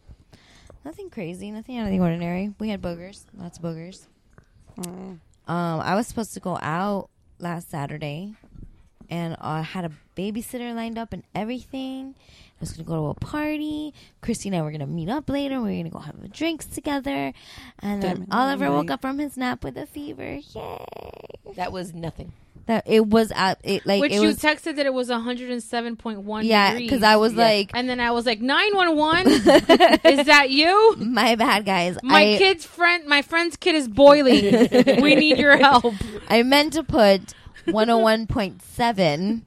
Speaker 9: Nothing crazy. Nothing out of the ordinary. We had boogers. Lots of boogers.
Speaker 8: Mm.
Speaker 9: Um, I was supposed to go out last Saturday, and I had a babysitter lined up and everything. I was gonna go to a party. Christy and I were gonna meet up later. We were gonna go have drinks together, and
Speaker 11: Damn
Speaker 9: then
Speaker 11: it.
Speaker 9: Oliver woke
Speaker 11: Right.
Speaker 9: up from his nap with a fever. Yay!
Speaker 11: That was nothing.
Speaker 9: That it was at it like
Speaker 8: Which
Speaker 9: it
Speaker 8: you
Speaker 9: was
Speaker 8: texted that it was 107.1
Speaker 9: Yeah,
Speaker 8: degrees.
Speaker 9: 'cause I was Yeah. like-
Speaker 8: And then I was like, 911? is that you?
Speaker 9: my bad, guys.
Speaker 8: My
Speaker 9: I-
Speaker 8: kid's friend, my friend's kid is boiling. we need your help.
Speaker 9: I meant to put 101.7,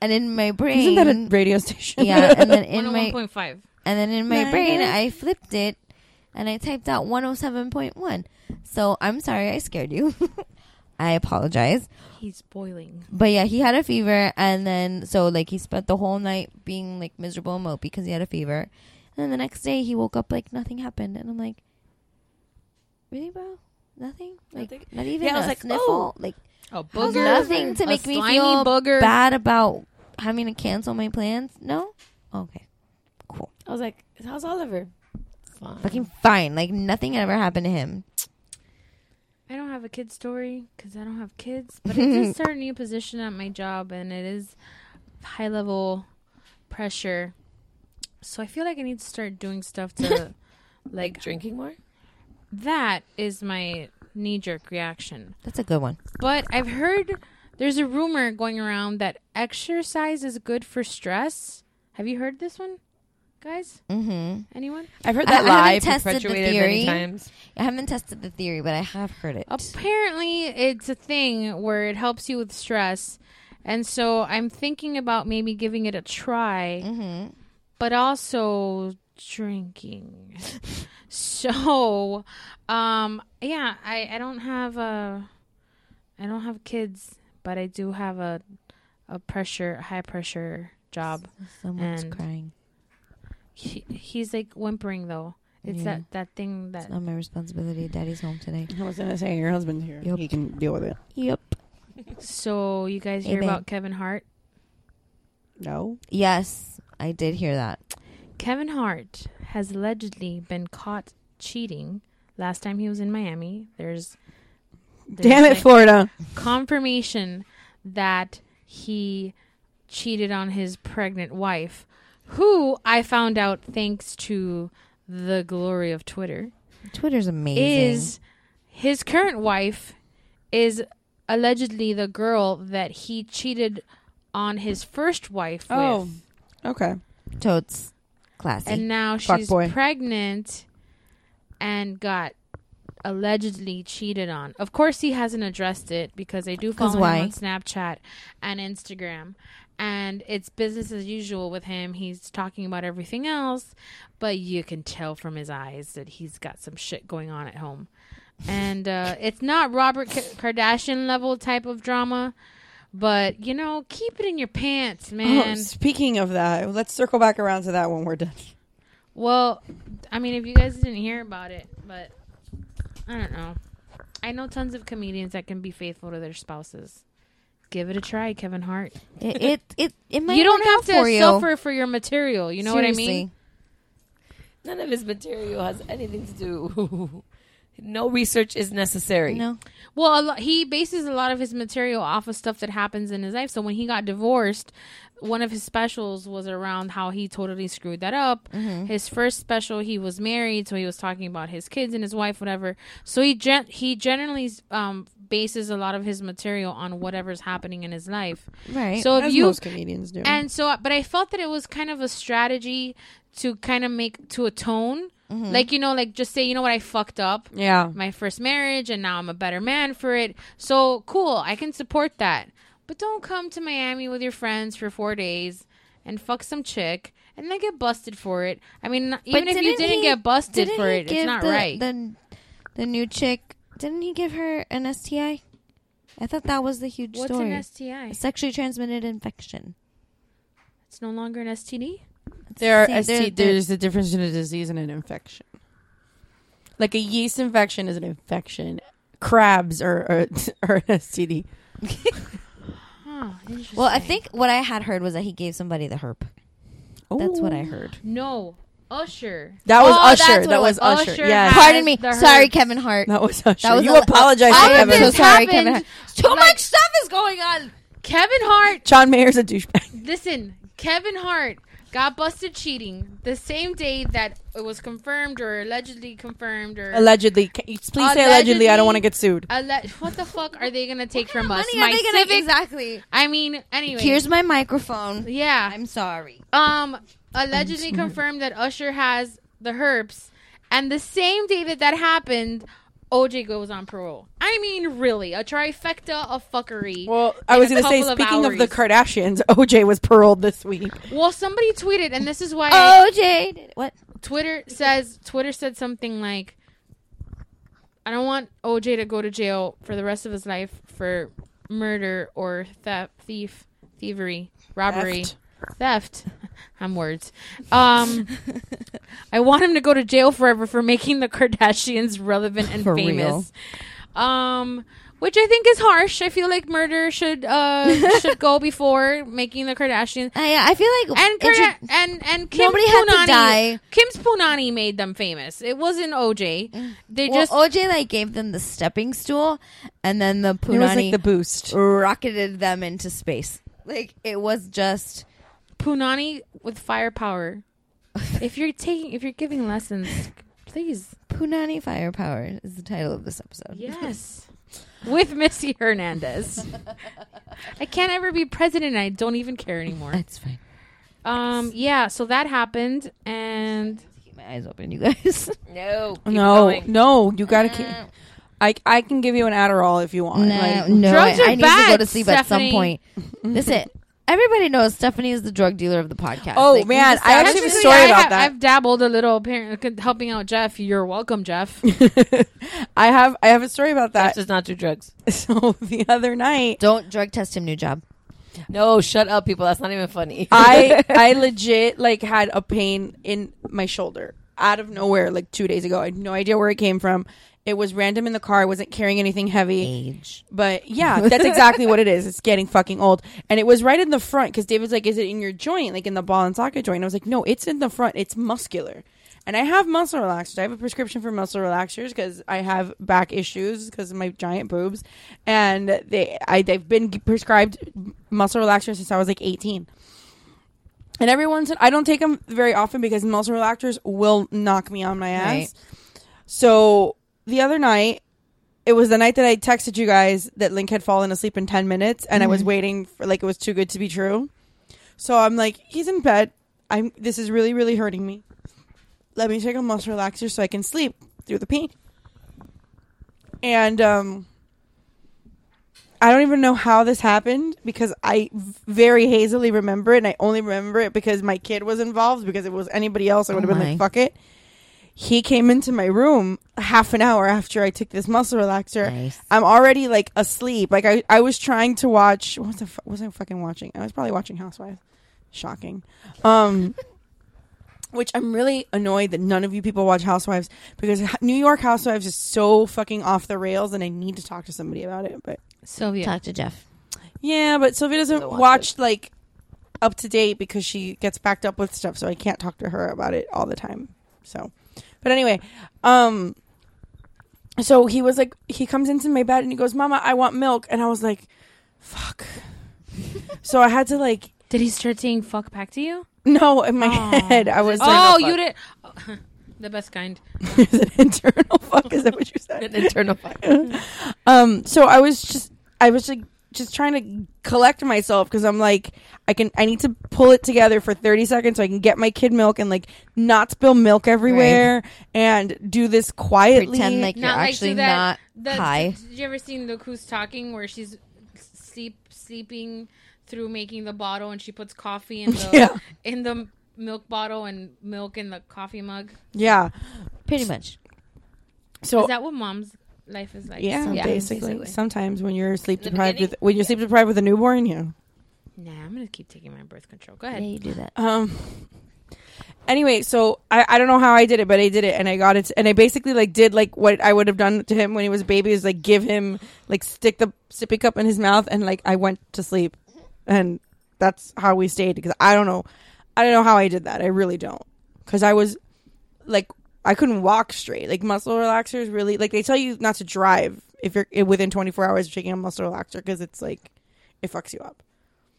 Speaker 9: and in my brain,
Speaker 15: Isn't that a radio station?
Speaker 9: yeah, and then
Speaker 11: oh
Speaker 9: in my
Speaker 8: 101.5.
Speaker 9: and then in my
Speaker 15: Nine
Speaker 9: brain,
Speaker 15: nine.
Speaker 9: I flipped it, and I typed out 107.1. So I'm sorry I scared you. I apologize.
Speaker 8: He's boiling.
Speaker 9: But yeah, he had a fever, and then so like he spent the whole night being like miserable and mopey because he had a fever, and then the next day he woke up like nothing happened, and I'm like, really, bro, nothing, like
Speaker 11: Nothing?
Speaker 9: not even
Speaker 11: Yeah, I was
Speaker 9: a
Speaker 11: like,
Speaker 9: sniffle,
Speaker 11: oh.
Speaker 9: like
Speaker 8: A
Speaker 9: How's
Speaker 8: booger.
Speaker 9: Nothing to
Speaker 8: A
Speaker 9: make me
Speaker 8: slimy
Speaker 9: feel
Speaker 8: booger.
Speaker 9: bad about having to cancel my plans. No? Okay. Cool.
Speaker 11: I was like, how's Oliver? Fine.
Speaker 9: Fucking fine. Like nothing ever happened to him.
Speaker 8: I don't have a kid story because I don't have kids, but I did start a new position at my job, and it is high level pressure. So I feel like I need to start doing stuff to, like,
Speaker 11: drinking more.
Speaker 8: That is my knee jerk reaction.
Speaker 9: That's a good one.
Speaker 8: But I've heard there's a rumor going around that exercise is good for stress. Have you heard this one, guys?
Speaker 9: Mm-hmm.
Speaker 8: Anyone?
Speaker 11: I've heard
Speaker 9: I-
Speaker 11: that
Speaker 9: I haven't
Speaker 11: lie
Speaker 9: tested the
Speaker 11: perpetuated
Speaker 9: theory.
Speaker 11: many times.
Speaker 9: I haven't tested the theory, but I have heard it.
Speaker 8: Apparently, it's a thing where it helps you with stress. And so I'm thinking about maybe giving it a try,
Speaker 9: Mm-hmm.
Speaker 8: but also drinking. so, um, yeah, I, I don't have a, I don't have kids, but I do have a, a pressure, high pressure job.
Speaker 9: Someone's
Speaker 8: And
Speaker 9: crying.
Speaker 8: he, he's like whimpering though,
Speaker 11: It's
Speaker 9: Yeah.
Speaker 11: that that thing that
Speaker 9: It's not my responsibility. Daddy's home today.
Speaker 8: I was gonna say your husband's here.
Speaker 9: Yep.
Speaker 8: He can deal with it.
Speaker 9: Yep.
Speaker 11: So you guys
Speaker 9: Hey,
Speaker 11: hear
Speaker 9: babe.
Speaker 11: about Kevin Hart?
Speaker 8: No.
Speaker 9: Yes, I did hear that.
Speaker 11: Kevin Hart has allegedly been caught cheating last time he was in Miami. There's,
Speaker 8: Damn it, Florida.
Speaker 11: confirmation that he cheated on his pregnant wife, who I found out thanks to the glory of Twitter.
Speaker 9: Twitter's amazing.
Speaker 11: Is his current wife is allegedly the girl that he cheated on his first wife
Speaker 8: Oh,
Speaker 11: with.
Speaker 8: okay.
Speaker 9: Totes, classy.
Speaker 11: And now
Speaker 9: Fuck
Speaker 11: she's
Speaker 9: boy.
Speaker 11: pregnant and got allegedly cheated on. Of course, he hasn't addressed it because I do
Speaker 9: 'Cause
Speaker 11: follow him
Speaker 9: why?
Speaker 11: on Snapchat and Instagram. And it's business as usual with him. He's talking about everything else, but you can tell from his eyes that he's got some shit going on at home. And uh, it's not Robert K- Kardashian level type of drama, but you know, keep it in your pants,
Speaker 8: Oh,
Speaker 11: man.
Speaker 8: speaking of that, let's circle back around to that when we're done.
Speaker 11: Well, I mean, if you guys didn't hear about it, but I don't know. I know tons of comedians that can be faithful to their spouses. Give it a try, Kevin Hart.
Speaker 9: It it it, it might
Speaker 11: you don't
Speaker 9: work
Speaker 11: have
Speaker 9: out
Speaker 11: to
Speaker 9: for you.
Speaker 11: suffer for your material. You know what I mean?
Speaker 9: Seriously.
Speaker 16: None of his material has anything to do. no research is necessary.
Speaker 9: No.
Speaker 11: Well, a lo- he bases a lot of his material off of stuff that happens in his life. So when he got divorced, one of his specials was around how he totally screwed that up.
Speaker 8: Mm-hmm.
Speaker 9: Mhm.
Speaker 11: His first special, he was married, so he was talking about his kids and his wife, whatever. So he gen- he generally um, bases a lot of his material on whatever's happening in his life.
Speaker 8: Right.
Speaker 11: So if
Speaker 8: As
Speaker 11: you
Speaker 8: most comedians do.
Speaker 11: and so, but I felt that it was kind of a strategy to kind of make to atone.
Speaker 16: Mm-hmm.
Speaker 8: Mhm.
Speaker 11: Like you know, like just say, you know what, I fucked up
Speaker 8: Yeah.
Speaker 11: my first marriage and now I'm a better man for it. So cool, I can support that. But don't come to Miami with your friends for four days and fuck some chick and then get busted for it. I mean,
Speaker 9: But
Speaker 11: even if you didn't
Speaker 9: he-
Speaker 11: get busted
Speaker 9: didn't
Speaker 11: for
Speaker 9: he
Speaker 11: it, it's
Speaker 9: give
Speaker 11: not
Speaker 9: the,
Speaker 11: right.
Speaker 9: The, the new chick, didn't he give her an STI? I thought that was the huge
Speaker 11: What's an
Speaker 9: story.
Speaker 11: STI?
Speaker 9: A sexually transmitted infection.
Speaker 11: it's no longer an STD.
Speaker 8: There are
Speaker 9: Same-
Speaker 8: ST,
Speaker 9: they're- they're-
Speaker 8: there's a difference in a disease and an infection. Like a yeast infection is an infection. Crabs are, are, are an STD.
Speaker 9: Well, I think what I had heard was that he gave somebody the herp. That's what I
Speaker 8: Ooh.
Speaker 9: heard.
Speaker 11: No, Usher.
Speaker 8: That was
Speaker 11: Oh, that's
Speaker 8: Usher.
Speaker 11: what
Speaker 8: That
Speaker 11: it
Speaker 8: was Usher. Yes.
Speaker 11: has
Speaker 9: Pardon me.
Speaker 11: the
Speaker 9: Sorry,
Speaker 11: herpes.
Speaker 9: Kevin Hart.
Speaker 8: That was Usher. You
Speaker 9: the-
Speaker 8: apologize
Speaker 9: I
Speaker 8: to
Speaker 9: am
Speaker 8: Kevin
Speaker 9: so
Speaker 8: Hart.
Speaker 9: sorry, Kevin Hart.
Speaker 11: happened-
Speaker 9: Too much stuff is going on.
Speaker 11: Kevin Hart
Speaker 8: John Mayer's a douchebag.
Speaker 11: Listen, Kevin Hart got busted cheating the same day that it was confirmed or allegedly confirmed or
Speaker 8: Allegedly. Can you please say allegedly. I don't want to get sued.
Speaker 11: Alle- what the fuck are they gonna take from us?
Speaker 9: money are
Speaker 11: My
Speaker 9: they gonna-
Speaker 11: civic?
Speaker 9: exactly.
Speaker 11: I mean, anyway.
Speaker 9: Here's my microphone.
Speaker 11: Yeah.
Speaker 9: I'm sorry.
Speaker 11: um allegedly confirmed that Usher has the herpes, and the same day that that happened, OJ goes on parole. I mean, really, a trifecta of fuckery.
Speaker 8: Well, I
Speaker 11: in
Speaker 8: was
Speaker 11: a
Speaker 8: going to say,
Speaker 11: couple
Speaker 8: speaking of the
Speaker 11: hours.
Speaker 8: Kardashians, OJ was paroled this week.
Speaker 11: Well, somebody tweeted, and this is why I-
Speaker 9: OJ. did- What?
Speaker 11: Twitter says Twitter said something like, "I don't want OJ to go to jail for the rest of his life for murder or theft, thief, thievery, robbery,
Speaker 8: Theft.
Speaker 11: theft. I'm words. Um, I want him to go to jail forever for making the Kardashians relevant and
Speaker 9: For
Speaker 11: famous. Um." Which I think is harsh. I feel like murder should uh, should go before making the Kardashians.
Speaker 9: I, I feel like
Speaker 11: And
Speaker 9: it
Speaker 11: Karda-
Speaker 9: should-
Speaker 11: and and Kim
Speaker 9: Nobody had to
Speaker 11: Punani,
Speaker 9: die.
Speaker 11: Kim's Punani made them famous. It wasn't OJ. They
Speaker 9: well,
Speaker 11: just
Speaker 9: OJ like gave them the stepping stool, and then the Punani
Speaker 8: was, like, the boost.
Speaker 9: rocketed them into space. Like it was just
Speaker 11: Punani with firepower. if you're taking, if you're giving lessons, please,
Speaker 9: Punani firepower is the title of this episode.
Speaker 11: yes, with Missy Hernandez. I can't ever be president. I don't even care anymore.
Speaker 9: That's fine.
Speaker 11: Um, yeah. So that happened, and
Speaker 9: Keep my eyes open, you guys.
Speaker 16: No. keep
Speaker 8: no,
Speaker 16: going.
Speaker 8: no, you gotta. keep I I can give you an Adderall if you want.
Speaker 9: No,
Speaker 8: like,
Speaker 9: no,
Speaker 11: Drugs
Speaker 9: I,
Speaker 11: are
Speaker 9: I need to go
Speaker 11: bad,
Speaker 9: to sleep at some
Speaker 11: Stephanie.
Speaker 9: point. Listen, everybody knows Stephanie is the drug dealer of the podcast.
Speaker 8: Oh,
Speaker 9: Like, we
Speaker 8: man,
Speaker 9: just-
Speaker 8: I actually have a
Speaker 11: Technically,
Speaker 8: story
Speaker 11: I
Speaker 8: about
Speaker 11: have-
Speaker 8: that.
Speaker 11: I've dabbled a little, apparently helping out Jeff. You're welcome, Jeff.
Speaker 8: I have I have a story about
Speaker 16: That
Speaker 8: that.
Speaker 16: does not do drugs.
Speaker 8: So the other night,
Speaker 9: don't drug test him. New job.
Speaker 16: No, shut up, people. That's not even funny.
Speaker 8: I I legit like had a pain in my shoulder. out of nowhere like two days ago. I had no idea where it came from. It was random in the car. I wasn't carrying anything heavy.
Speaker 9: Age.
Speaker 8: But yeah, that's exactly what it is. It's getting fucking old. And it was right in the front because David's like, is it in your joint? Like in the ball and socket joint? And I was like, no, it's in the front. It's muscular. And I have muscle relaxers. I have a prescription for muscle relaxers because I have back issues because of my giant boobs. And they, I, they've been prescribed muscle relaxers since I was like 18. And every once in, I don't take them very often because muscle relaxers will knock me on my ass.
Speaker 9: Right.
Speaker 8: So the other night, it was the night that I texted you guys that Link had fallen asleep in 10 minutes and I was
Speaker 9: Mhm.
Speaker 8: waiting for like it was too good to be true. So I'm like, he's in bed. I'm this is really really hurting me. Let me take a muscle relaxer so I can sleep through the pain. And um I don't even know how this happened because I v- very hazily remember it, and I only remember it because my kid was involved. Because if it was anybody else, I would have been like,
Speaker 9: my.
Speaker 8: "Fuck it." He came into my room half an hour after I took this muscle relaxer. I'm already like asleep. Like I, I was trying to watch. What the fuck was I fucking watching? I was probably watching Housewives. Shocking. Um, which I'm really annoyed that none of you people watch Housewives because H- New York Housewives is so fucking off the rails, and I need to talk to somebody about it. But
Speaker 11: Sylvia.
Speaker 9: Talk to Jeff.
Speaker 8: yeah, but Sylvia doesn't watch, like up to date because she gets backed up with stuff, so I can't talk to her about it all the time. So, but anyway, um, so he was like, he comes into my bed and he goes, "Mama, I want milk," and I was like, "Fuck." so I had to like.
Speaker 11: Did he start saying "fuck" back to you?
Speaker 8: No, in my head, I was.
Speaker 11: oh, you did. the best kind.
Speaker 8: Is it internal fuck? Is that what you said?
Speaker 11: An internal fuck.
Speaker 8: um. So I was just, I was like, just trying to collect myself because I'm like, I can, I need to pull it together for 30 seconds so I can get my kid milk and like not spill milk everywhere and do this quietly.
Speaker 9: Pretend like you're Not like actually
Speaker 11: So that-
Speaker 9: not
Speaker 11: that-
Speaker 9: high.
Speaker 11: Did you ever seen the who's talking where she's sleep sleeping through making the bottle and she puts coffee in the
Speaker 8: Yeah.
Speaker 11: in the milk bottle and milk in the coffee mug?
Speaker 8: Yeah.
Speaker 9: Pretty much.
Speaker 8: So
Speaker 11: is that what mom's life is like?
Speaker 8: yeah, basically. Sometimes when you're sleep
Speaker 11: In the
Speaker 8: deprived, with,
Speaker 11: beginning?
Speaker 8: when you're sleep deprived with a newborn, yeah.
Speaker 11: Nah, I'm gonna keep taking my birth control. Go ahead.
Speaker 9: Yeah, you do that.
Speaker 8: Um. Anyway, so I, I don't know how I did it, but I did it, and I got it, and I basically like did like what I would have done to him when he was a baby is like give him like stick the sippy cup in his mouth, and like I went to sleep, and that's how we stayed because I don't know, I don't know how I did that. I really don't because I was like I couldn't walk straight. Like muscle relaxers really like they tell you not to drive if you're within 24 hours of taking a muscle relaxer because it's like it fucks you up.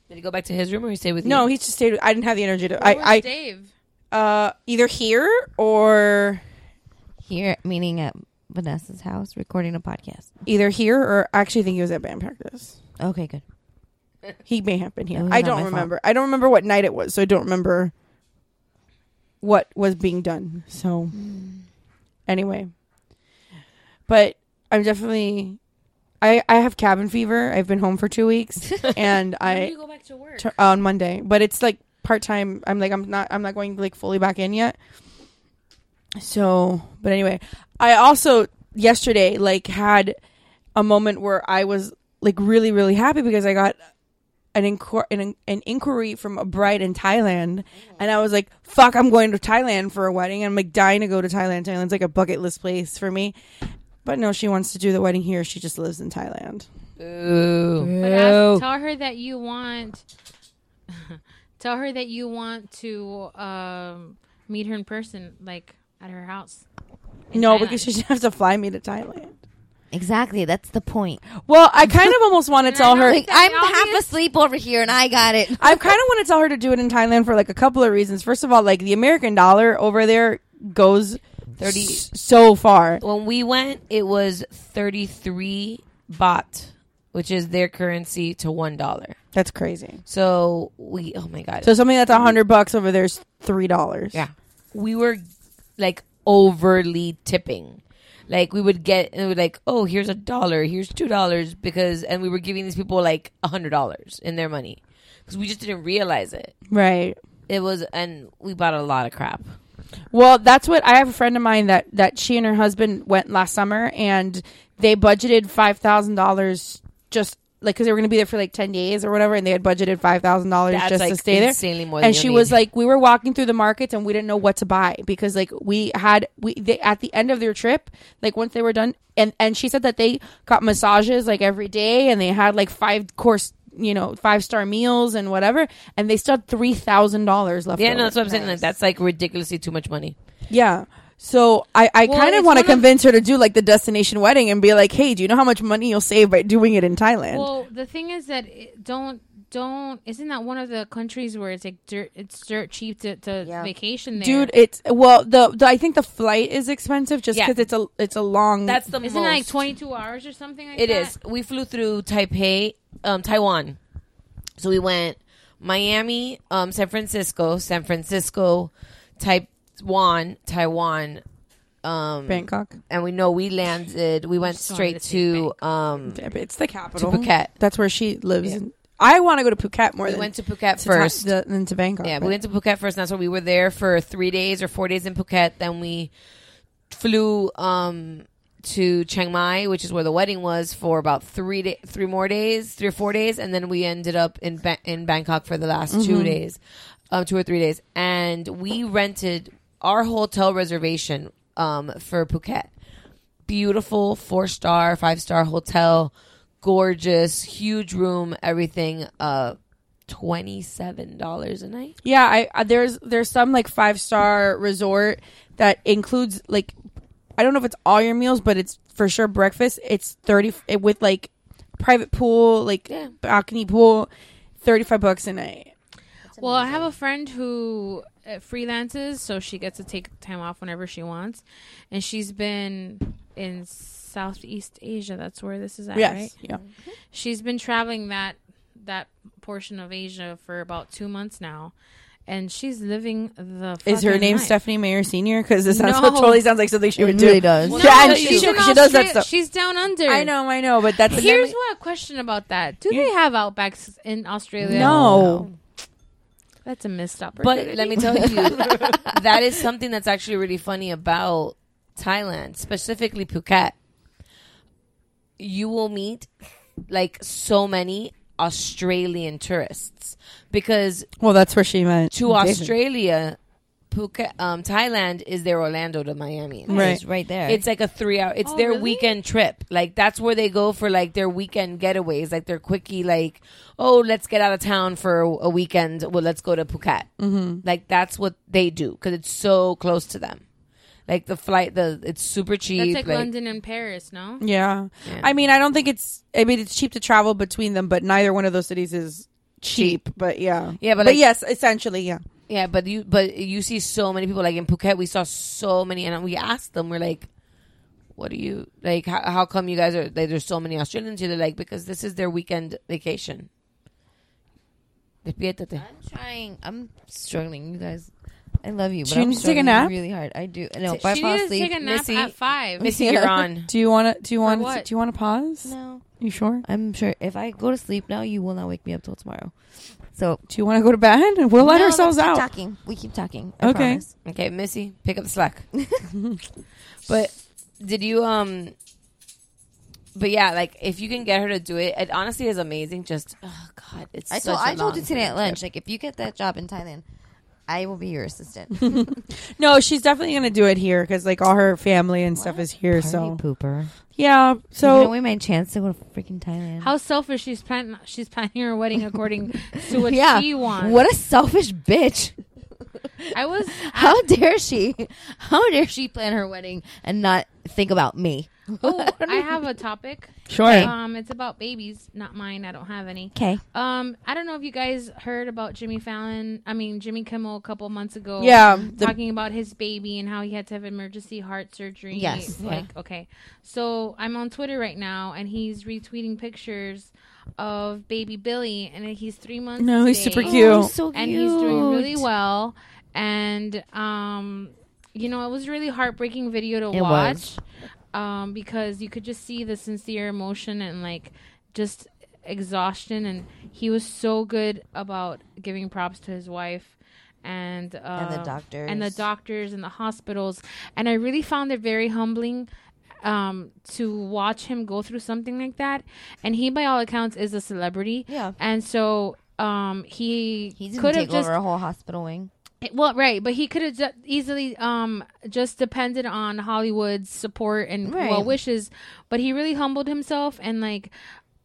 Speaker 17: Did he go back to his room or he stayed with
Speaker 8: No,
Speaker 17: you?
Speaker 8: he just stayed. with- I didn't have the energy to.
Speaker 11: Where
Speaker 8: I,
Speaker 11: was
Speaker 8: I
Speaker 11: Dave?
Speaker 8: Uh, either here or
Speaker 9: Here, meaning at Vanessa's house, recording a podcast.
Speaker 8: either here or I actually think he was at band practice.
Speaker 9: Okay, good.
Speaker 8: He may have been here.
Speaker 9: That was
Speaker 8: I
Speaker 9: not my
Speaker 8: don't
Speaker 9: fault.
Speaker 8: remember. I don't remember what night it was, so I don't remember what was being done. So anyway, but I'm definitely. I, I have cabin fever. I've been home for two weeks, and
Speaker 11: When do
Speaker 8: I
Speaker 11: you go back to work?
Speaker 8: tur- on Monday. But it's like part time. I'm like I'm not I'm not going like fully back in yet. So, but anyway, I also yesterday like had a moment where I was like really really happy because I got an inquir- an, an inquiry from a bride in Thailand,
Speaker 11: Oh.
Speaker 8: and I was like, "Fuck, I'm going to Thailand for a wedding." And I'm like dying to go to Thailand. Thailand's like a bucket list place for me. But no, she wants to do the wedding here. She just lives in Thailand.
Speaker 11: But ask, tell her that you want. tell her that you want to um, meet her in person, like at her house. in
Speaker 8: No,
Speaker 11: Thailand.
Speaker 8: because she has to fly me to Thailand.
Speaker 9: Exactly. That's the point.
Speaker 8: Well, I kind of almost want to tell her.
Speaker 9: Like, I'm half asleep over here, and I got it.
Speaker 8: I kind of want to tell her to do it in Thailand for like a couple of reasons. First of all, like the American dollar over there goes thirty so far.
Speaker 17: When we went, it was 33 baht, which is their currency to $1.
Speaker 8: That's crazy.
Speaker 17: So we, oh my God.
Speaker 8: So something that's a hundred bucks over there is three dollars. Yeah.
Speaker 17: we were like overly tipping. Like we would get and we would like, oh, here's a dollar, here's two dollars, because and we were giving these people like a hundred dollars in their money because we just didn't realize it.
Speaker 8: Right.
Speaker 17: It was, and we bought a lot of crap.
Speaker 8: Well, that's what I have a friend of mine that that she and her husband went last summer and they budgeted five thousand dollars just like because they were going to be there for like 10 days or whatever and they had budgeted $5000
Speaker 11: That's,
Speaker 8: just
Speaker 11: like,
Speaker 8: to stay there
Speaker 11: insanely more than
Speaker 8: and
Speaker 11: you'll
Speaker 8: she was
Speaker 11: need.
Speaker 8: like we were walking through the markets and we didn't know what to buy because like we had we they, at the end of their trip like once they were done and and she said that they got massages like every day and they had like five course you know five star meals and whatever and they still had $3000 left
Speaker 11: yeah,
Speaker 8: over.
Speaker 11: no, that's what I'm saying. Like, that's like ridiculously too much money.
Speaker 8: Yeah. So I, I
Speaker 11: Well,
Speaker 8: kind of want
Speaker 11: it's
Speaker 8: to
Speaker 11: one of-
Speaker 8: convince her to do like the destination wedding and be like, hey, do you know how much money you'll save by doing it in Thailand?
Speaker 10: Well, the thing is that it don't don't isn't that one of the countries where it's like dirt it's dirt cheap to, to vacation there,
Speaker 8: Dude, it's well the, the I think the flight is expensive just
Speaker 10: Yeah.
Speaker 8: because it's a it's a long.
Speaker 11: That's the
Speaker 10: isn't
Speaker 11: most.
Speaker 10: it like twenty two hours or something like
Speaker 11: It
Speaker 10: that?
Speaker 11: is. We flew through Taipei, um, Taiwan. So we went Miami, um, San Francisco, San Francisco, Taiwan, Taiwan, um,
Speaker 8: Bangkok.
Speaker 11: and we know we landed. We went
Speaker 8: just wanted
Speaker 11: straight
Speaker 8: to
Speaker 11: to um,
Speaker 8: it's the capital
Speaker 11: to Phuket.
Speaker 8: That's where she lives. I want to go to Phuket more.
Speaker 11: We
Speaker 8: than
Speaker 11: went to Phuket
Speaker 8: Tha-
Speaker 11: first.
Speaker 8: the- than to Bangkok.
Speaker 11: Yeah,
Speaker 8: but-
Speaker 11: we went to Phuket first. And that's why we were there for three days or four days in Phuket. Then we flew um, to Chiang Mai, which is where the wedding was, for about three da- three more days, three or four days, and then we ended up in ba- in Bangkok for the last two
Speaker 18: Mhm.
Speaker 11: days, um, two or three days, and we rented our hotel reservation um, for Phuket. Beautiful four star, five star hotel, gorgeous, huge room, everything. Uh, twenty seven dollars a night.
Speaker 8: Yeah, I, I there's there's some like five star resort that includes like I don't know if it's all your meals, but it's for sure breakfast. It's thirty f- it, with like private pool, like balcony pool, thirty five bucks a night.
Speaker 10: Well, I have a friend who uh, freelances, so she gets to take time off whenever she wants, and she's been in Southeast Asia. That's where this is at,
Speaker 8: Yes,
Speaker 10: right? Mm-hmm.
Speaker 8: yeah.
Speaker 10: She's been traveling that that portion of Asia for about two months now, and she's living the.
Speaker 8: Is her
Speaker 10: fucking
Speaker 8: name
Speaker 10: life.
Speaker 8: Stephanie Mayer Senior? Because this sounds
Speaker 10: No.
Speaker 8: what totally sounds like something she
Speaker 9: It
Speaker 8: would
Speaker 9: really
Speaker 8: do.
Speaker 9: does. Well,
Speaker 8: yeah,
Speaker 10: no,
Speaker 8: and she,
Speaker 10: she's
Speaker 8: she,
Speaker 10: in
Speaker 8: does that
Speaker 10: Austra-
Speaker 8: stuff.
Speaker 10: She's down under.
Speaker 8: I know, I know, but that's
Speaker 10: Here's what a question about that: Do they have outbacks in Australia?
Speaker 8: No.
Speaker 10: That's a missed opportunity.
Speaker 11: But let me tell you, that is something that's actually really funny about Thailand, specifically Phuket. You will meet like so many Australian tourists because
Speaker 8: well, that's where she went
Speaker 11: to Australia, Phuket, um, Thailand is their Orlando to Miami.
Speaker 9: Right. It's right there.
Speaker 11: It's like a three hour.
Speaker 10: Oh,
Speaker 11: It's their weekend trip. Like that's where they go for like their weekend getaways, like their quickie, like oh let's get out of town for a weekend. Well, let's go to Phuket.
Speaker 8: Mhm.
Speaker 11: Like that's what they do because it's so close to them. Like the flight, the it's super cheap.
Speaker 10: That's like, London and Paris, no?
Speaker 8: Yeah.
Speaker 11: Yeah.
Speaker 8: I mean, I don't think it's. I mean, it's cheap to travel between them, but neither one of those cities is cheap. But yeah,
Speaker 11: Yeah, but
Speaker 8: but
Speaker 11: like-
Speaker 8: yes, essentially, yeah.
Speaker 11: Yeah, but you but you see so many people like in Phuket. We saw so many, and we asked them. We're like, "What do you like? How, how come you guys are like, there's so many Australians here?" They're like, "Because this is their weekend vacation." Despiértate.
Speaker 9: trying. I'm struggling, you guys. I love you. But
Speaker 8: Do you
Speaker 9: I'm
Speaker 8: need to take a
Speaker 9: struggling
Speaker 8: nap?
Speaker 9: Really hard. I do. No,
Speaker 10: She
Speaker 9: if I fall
Speaker 10: needs to
Speaker 9: asleep,
Speaker 10: take a nap
Speaker 9: Missy,
Speaker 10: at five.
Speaker 11: Missy, you're on.
Speaker 8: Do you want to? Do you want?
Speaker 10: what?
Speaker 8: to Do you want to pause? No. You sure?
Speaker 9: I'm sure if I go to sleep now, you will not wake me up till tomorrow. So
Speaker 8: do you want to go to bed? We'll let
Speaker 9: No,
Speaker 8: ourselves
Speaker 9: let's
Speaker 8: out.
Speaker 9: keep Talking. We keep talking. I
Speaker 8: Okay.
Speaker 9: promise.
Speaker 11: Okay, Missy, pick up the slack. but did you um? But yeah, like if you can get her to do it, it honestly is amazing. Just oh god, it's
Speaker 9: I
Speaker 11: such
Speaker 9: told
Speaker 11: a
Speaker 9: I told
Speaker 11: long
Speaker 9: you today at
Speaker 11: freaking
Speaker 9: lunch.
Speaker 11: trip.
Speaker 9: Like if you get that job in Thailand, I will be your assistant.
Speaker 8: No, she's definitely gonna do it here because like all her family and stuff is here. so
Speaker 9: pooper.
Speaker 8: yeah. So
Speaker 9: you away my chance to go to freaking Thailand.
Speaker 10: How selfish she's planning she's planning her wedding according to what she wants.
Speaker 9: What a selfish bitch.
Speaker 10: I was
Speaker 9: How dare she? How dare she plan her wedding and not think about me?
Speaker 10: Oh, I have a topic.
Speaker 9: Sure.
Speaker 10: Um, it's about babies, not mine. I don't have any.
Speaker 9: 'Kay.
Speaker 10: Um, I don't know if you guys heard about Jimmy Fallon. I mean, Jimmy Kimmel a couple months ago.
Speaker 8: Yeah, the-
Speaker 10: talking about his baby and how he had to have emergency heart surgery.
Speaker 9: Yes, yeah.
Speaker 10: Like, oh, okay. So I'm on Twitter right now, and he's retweeting pictures of baby Billy, and he's three months.
Speaker 8: No, he's
Speaker 10: today.
Speaker 8: super cute. Oh, he's
Speaker 9: so
Speaker 10: And he's doing really
Speaker 9: cute.
Speaker 10: well. And um, you know, it was a really heartbreaking video to
Speaker 9: It
Speaker 10: watch
Speaker 9: was.
Speaker 10: um, because you could just see the sincere emotion and like just exhaustion. And he was so good about giving props to his wife and uh,
Speaker 9: And the doctors.
Speaker 10: and the doctors and the hospitals. And I really found it very humbling
Speaker 11: um, to watch him go through something like that. And he, by all accounts, is a celebrity.
Speaker 9: Yeah.
Speaker 11: And so um, he
Speaker 9: He's gonna
Speaker 11: could
Speaker 9: take
Speaker 11: have just
Speaker 9: over a whole hospital wing.
Speaker 11: it- Well, right, but he could have ju- easily um, just depended on Hollywood's support and
Speaker 9: Right.
Speaker 11: well wishes, but he really humbled himself and like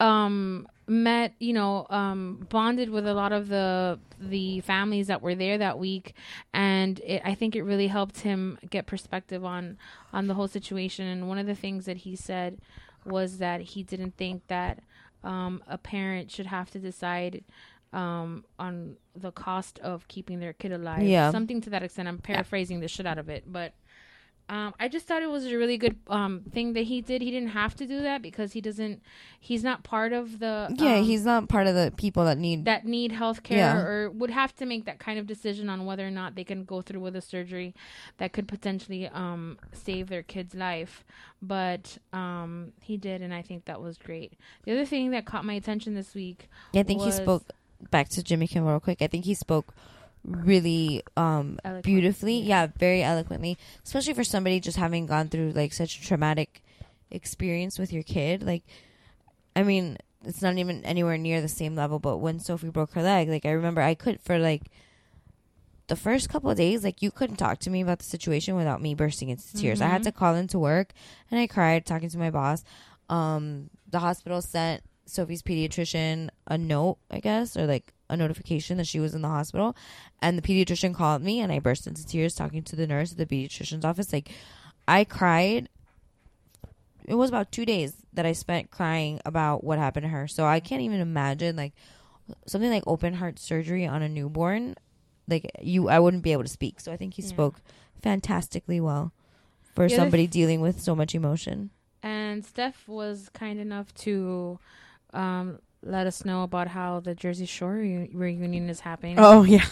Speaker 11: um, met, you know, um, bonded with a lot of the the families that were there that week, and it, I think it really helped him get perspective on on the whole situation. And one of the things that he said was that he didn't think that um, a parent should have to decide um, on the cost of keeping their kid alive.
Speaker 9: Yeah.
Speaker 11: Something to that extent. I'm paraphrasing the shit out of it, but um, I just thought it was a really good um, thing that he did. He didn't have to do that because he doesn't, he's not part of the.
Speaker 9: Yeah,
Speaker 11: um,
Speaker 9: he's not part of the people that need
Speaker 11: that need health care
Speaker 9: Yeah.
Speaker 11: or would have to make that kind of decision on whether or not they can go through with a surgery that could potentially um, save their kid's life. But um, he did, and I think that was great. The other thing that caught my attention this week
Speaker 9: Yeah, I think
Speaker 11: was-
Speaker 9: he spoke back to Jimmy Kimmel real quick. I think he spoke really um beautifully. Yeah, very eloquently, especially for somebody just having gone through like such a traumatic experience with your kid. Like I mean, it's not even anywhere near the same level, but when Sophie broke her leg, like I remember I could for like the first couple of days, like you couldn't talk to me about the situation without me bursting into tears. I had
Speaker 11: Mhm.
Speaker 9: to call into work and I cried talking to my boss. Um, the hospital sent Sophie's pediatrician a note, I guess, or like a notification that she was in the hospital. And the pediatrician called me and I burst into tears talking to the nurse at the pediatrician's office. Like I cried. It was about two days that I spent crying about what happened to her. So I can't even imagine like something like open heart surgery on a newborn like you I wouldn't be able to speak. So I think he
Speaker 11: Yeah.
Speaker 9: spoke fantastically well for
Speaker 11: The other
Speaker 9: somebody
Speaker 11: th-
Speaker 9: dealing with so much emotion.
Speaker 11: And Steph was kind enough to um, let us know about how the Jersey Shore reu- reunion is happening.
Speaker 8: Oh, yeah.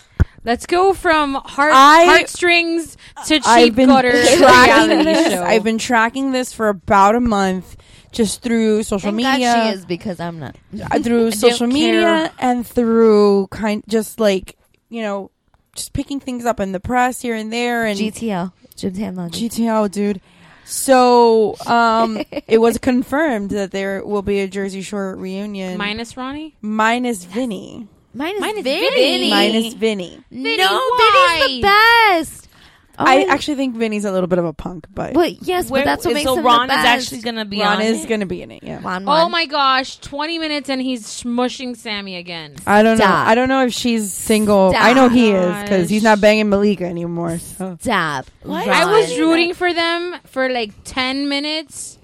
Speaker 11: Let's go from heart
Speaker 8: I-
Speaker 11: heartstrings to cheap
Speaker 8: I've been
Speaker 11: butter
Speaker 8: tracking
Speaker 11: reality
Speaker 8: this.
Speaker 11: show.
Speaker 8: I've been tracking this for about a month, just through social
Speaker 9: Thank
Speaker 8: media.
Speaker 9: God she is because I'm not.
Speaker 8: uh, through
Speaker 9: don't care.
Speaker 8: social media and through kind just like you know just picking things up in the press here and there and
Speaker 9: GTL Jim's Hamlin.
Speaker 8: GTL dude so um it was confirmed that there will be a Jersey Shore reunion
Speaker 11: Minus Ronnie?
Speaker 8: minus Vinny
Speaker 9: Mine is
Speaker 11: Mine is
Speaker 9: Vinny.
Speaker 11: Vinny.
Speaker 8: minus Vinny
Speaker 11: Vinny,
Speaker 9: no,
Speaker 11: why?
Speaker 9: Vinny's the best.
Speaker 8: I
Speaker 9: Oh.
Speaker 8: actually think Vinny's a little bit of a punk but
Speaker 9: Well, yes,
Speaker 19: Where-
Speaker 9: but that's what
Speaker 19: so
Speaker 9: makes him
Speaker 19: Ron
Speaker 9: the
Speaker 19: is
Speaker 9: best.
Speaker 19: actually gonna be
Speaker 8: Ron
Speaker 19: on
Speaker 8: is
Speaker 19: it?
Speaker 8: gonna be in it yeah
Speaker 9: Ron,
Speaker 11: Oh
Speaker 9: Ron.
Speaker 11: my gosh, 20 minutes and he's smushing Sammy again.
Speaker 8: I don't know
Speaker 9: Stop.
Speaker 8: I don't know if she's single I know he is because he's not
Speaker 11: Gosh.
Speaker 8: banging Malika anymore so.
Speaker 9: Dab.
Speaker 11: I was
Speaker 9: Ron.
Speaker 11: rooting for them for like 10 minutes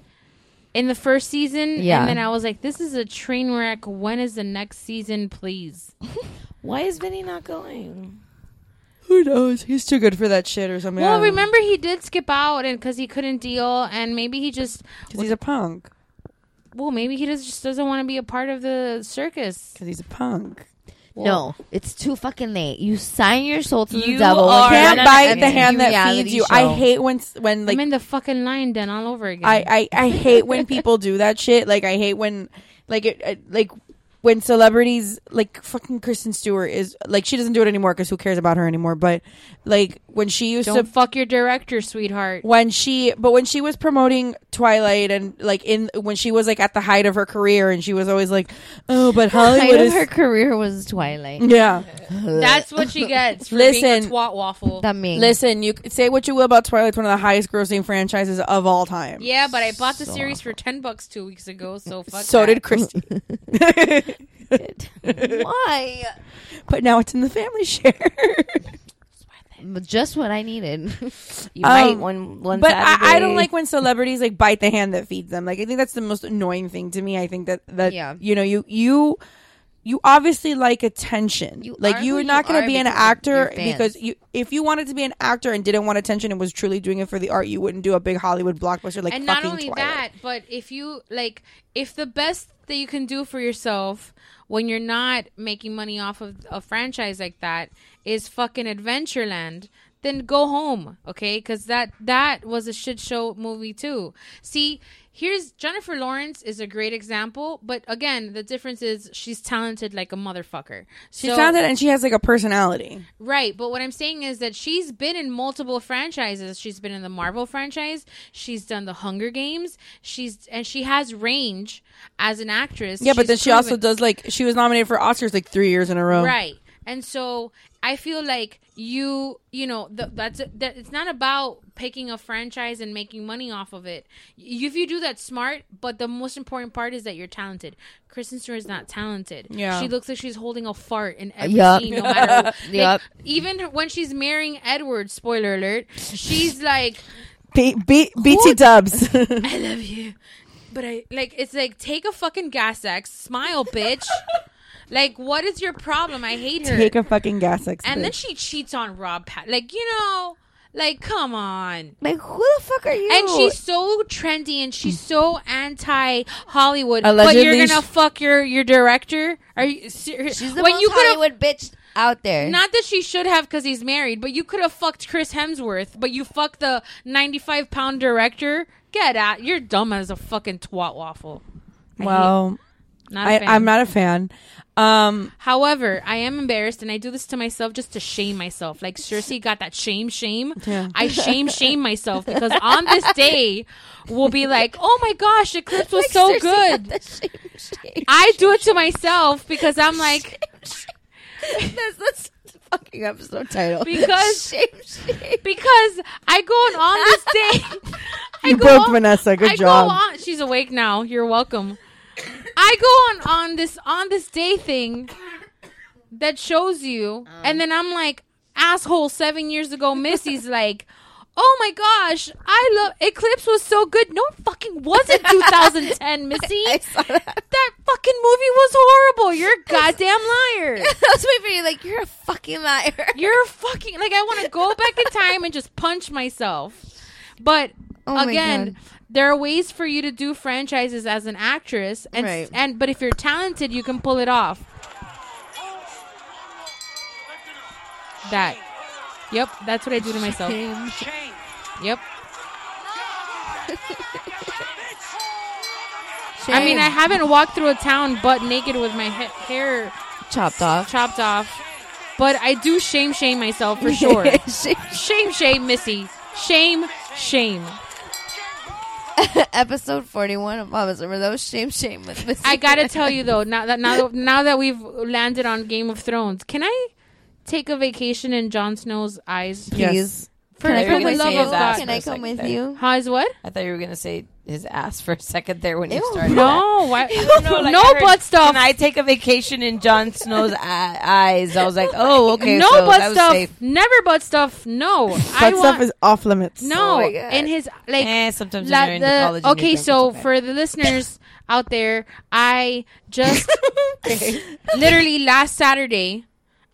Speaker 11: in the first season.
Speaker 9: Yeah.
Speaker 11: And then I was like, this is a train wreck. When is the next season, please?
Speaker 19: Why is Vinny not going?
Speaker 8: who knows he's too good for that shit or something I
Speaker 11: Well,
Speaker 8: don't know.
Speaker 11: remember he did skip out and because he couldn't deal, and maybe he just
Speaker 8: 'Cause he's a punk
Speaker 11: well, maybe he just, just doesn't want to be a part of the circus.
Speaker 8: because he's a punk
Speaker 9: No, it's too fucking late. You sign your soul to the
Speaker 19: You
Speaker 9: devil.
Speaker 19: are
Speaker 9: You
Speaker 8: can't
Speaker 19: Right.
Speaker 8: bite the
Speaker 9: It's
Speaker 8: hand
Speaker 9: a
Speaker 8: that
Speaker 9: reality
Speaker 8: feeds you.
Speaker 9: show.
Speaker 8: I hate when s- when like
Speaker 11: I'm in the fucking lion den all over again.
Speaker 8: I, I I hate when people do that shit. Like I hate when like it, it like when celebrities like fucking Kristen Stewart is like she doesn't do it anymore because who cares about her anymore? But like when she used
Speaker 11: don't
Speaker 8: to.
Speaker 11: fuck your director, sweetheart.
Speaker 8: When she, but when she was promoting Twilight and like in when she was like at the height of her career and she was always like, oh, but
Speaker 9: Height
Speaker 8: Hollywood
Speaker 9: of
Speaker 8: is Mm.
Speaker 9: her career was Twilight.
Speaker 8: yeah.
Speaker 11: That's what she gets. For being a
Speaker 8: Listen.
Speaker 11: twat waffle.
Speaker 9: That means
Speaker 8: Listen, you c- say what you will about Twilight, it's one of the highest grossing franchises of all time.
Speaker 11: yeah, but I bought the series for ten bucks two weeks ago, so fuck.
Speaker 8: So
Speaker 11: that.
Speaker 8: did Christy.
Speaker 9: Why?
Speaker 8: but now it's in the family share.
Speaker 9: Just what I needed.
Speaker 19: You might
Speaker 8: Um,
Speaker 19: one one.
Speaker 8: but I, I
Speaker 19: Saturday.
Speaker 8: don't like when celebrities like bite the hand that feeds them. Like I think that's the most annoying thing to me. I think that that
Speaker 9: Yeah.
Speaker 8: you know you you you obviously like attention.
Speaker 9: You are
Speaker 8: like
Speaker 9: who
Speaker 8: you're not
Speaker 9: you
Speaker 8: going
Speaker 9: are
Speaker 8: to be an
Speaker 9: because of your
Speaker 8: actor
Speaker 9: fans.
Speaker 8: because you if you wanted to be an actor and didn't want attention and was truly doing it for the art, you wouldn't do a big Hollywood blockbuster like
Speaker 11: and not
Speaker 8: fucking
Speaker 11: only
Speaker 8: Twilight.
Speaker 11: that, but if you like, if the best that you can do for yourself when you're not making money off of a franchise like that is fucking Adventureland, then go home, okay? Because that that was a shit show movie too. See, here's Jennifer Lawrence is a great example, but again, the difference is she's talented like a motherfucker.
Speaker 8: She's talented and she has like a personality.
Speaker 11: Right, but what I'm saying is that she's been in multiple franchises. She's been in the Marvel franchise. She's done the Hunger Games. She's and she has range as an actress.
Speaker 8: Yeah, but
Speaker 11: She's
Speaker 8: then she
Speaker 11: proven-
Speaker 8: also does like she was nominated for Oscars like three years in a row.
Speaker 11: Right. And so I feel like you, you know, th that's that. It's not about picking a franchise and making money off of it. Y- If you do that, smart. But the most important part is that you're talented. Kristen Stewart is not talented.
Speaker 9: Yeah.
Speaker 11: she looks like she's holding a fart in every
Speaker 9: Yup.
Speaker 11: scene. No matter, like,
Speaker 9: Yup.
Speaker 11: even when she's marrying Edward. Spoiler alert. She's like,
Speaker 8: B- B- BT Dubs.
Speaker 11: I love you. But I like it's like take a fucking gas X, smile, bitch. like what is your problem? I hate her.
Speaker 8: Take a fucking gas X.
Speaker 11: and then
Speaker 8: bitch.
Speaker 11: she cheats on Rob Pat. Like you know, like come on.
Speaker 9: Like who the fuck are you?
Speaker 11: And she's so trendy and she's so anti Hollywood. But
Speaker 9: Allegedly,
Speaker 11: you're gonna
Speaker 9: she-
Speaker 11: fuck your your director? Are you serious?
Speaker 9: She's the most
Speaker 11: could've-
Speaker 9: Hollywood bitch out there.
Speaker 11: Not that she should have because he's married, but you could have fucked Chris Hemsworth, but you fucked the 95 pound director. Get out. You're dumb as a fucking twat waffle. I
Speaker 8: well,
Speaker 11: hate- not a
Speaker 8: I,
Speaker 11: fan.
Speaker 8: I'm not a fan. Um,
Speaker 11: However, I am embarrassed and I do this to myself just to shame myself. Like Cersei got that shame, shame.
Speaker 8: Yeah.
Speaker 11: I shame, shame myself because on this day, we'll be like, oh my gosh, Eclipse was
Speaker 9: Like,
Speaker 11: so
Speaker 9: Cersei got
Speaker 11: good.
Speaker 9: the shame, shame.
Speaker 11: I do it to myself because I'm like,
Speaker 9: that's that's the fucking episode title.
Speaker 11: Because-
Speaker 9: shame, shame.
Speaker 11: because I go on, on this day. I
Speaker 8: you
Speaker 11: go
Speaker 8: broke
Speaker 11: on-
Speaker 8: Vanessa. Good
Speaker 11: I
Speaker 8: job.
Speaker 11: Go on, she's awake now. You're welcome. I go on on this on this day thing that shows you, and then I'm like, asshole. Seven years ago, Missy's like. Oh my gosh! I love Eclipse was so good. No, it fucking wasn't 2010, Missy. that. fucking movie was horrible. You're a goddamn liar.
Speaker 9: That's my favorite. Like you're a fucking liar.
Speaker 11: You're a fucking like I want to go back in time and just punch myself. But
Speaker 9: Oh my
Speaker 11: again,
Speaker 9: God.
Speaker 11: there are ways for you to do franchises as an actress, and
Speaker 9: Right.
Speaker 11: and but if you're talented, you can pull it off. That, yep, that's what I do to myself. Yep. I mean, I haven't walked through a town butt naked with my ha- hair
Speaker 9: chopped off.
Speaker 11: chopped off, but I do shame shame myself for sure. Shame, shame, Missy. Shame, shame.
Speaker 9: Episode forty-one of Mama's Summer. That was shame, shame with Missy.
Speaker 11: I gotta tell you though, now that now that- now that we've landed on Game of Thrones, can I take a vacation in Jon Snow's eyes?
Speaker 9: Please.
Speaker 11: For,
Speaker 9: Can I
Speaker 11: for
Speaker 9: come
Speaker 11: the
Speaker 9: with
Speaker 11: love
Speaker 9: you?
Speaker 11: of God.
Speaker 9: Can I come with
Speaker 17: there.
Speaker 9: you?
Speaker 11: How is what?
Speaker 17: I thought you were gonna say his ass for a second there when you
Speaker 9: Ew.
Speaker 17: started.
Speaker 11: No, why?
Speaker 17: that.
Speaker 11: no,
Speaker 17: like,
Speaker 11: no
Speaker 17: I heard,
Speaker 11: butt stuff.
Speaker 17: Can I take a vacation in Jon Snow's e- eyes? I was like, oh, okay.
Speaker 11: no
Speaker 17: so that
Speaker 11: butt
Speaker 17: was
Speaker 11: stuff.
Speaker 17: safe.
Speaker 11: Never butt stuff. No, I
Speaker 8: That stuff
Speaker 11: want-
Speaker 8: is off limits.
Speaker 11: No,
Speaker 9: Oh my God.
Speaker 11: in his like
Speaker 17: Eh, sometimes
Speaker 11: la-
Speaker 17: when you're in the college and you
Speaker 11: okay,
Speaker 17: drink,
Speaker 11: so
Speaker 17: it's okay.
Speaker 11: for the listeners out there, I just literally last Saturday,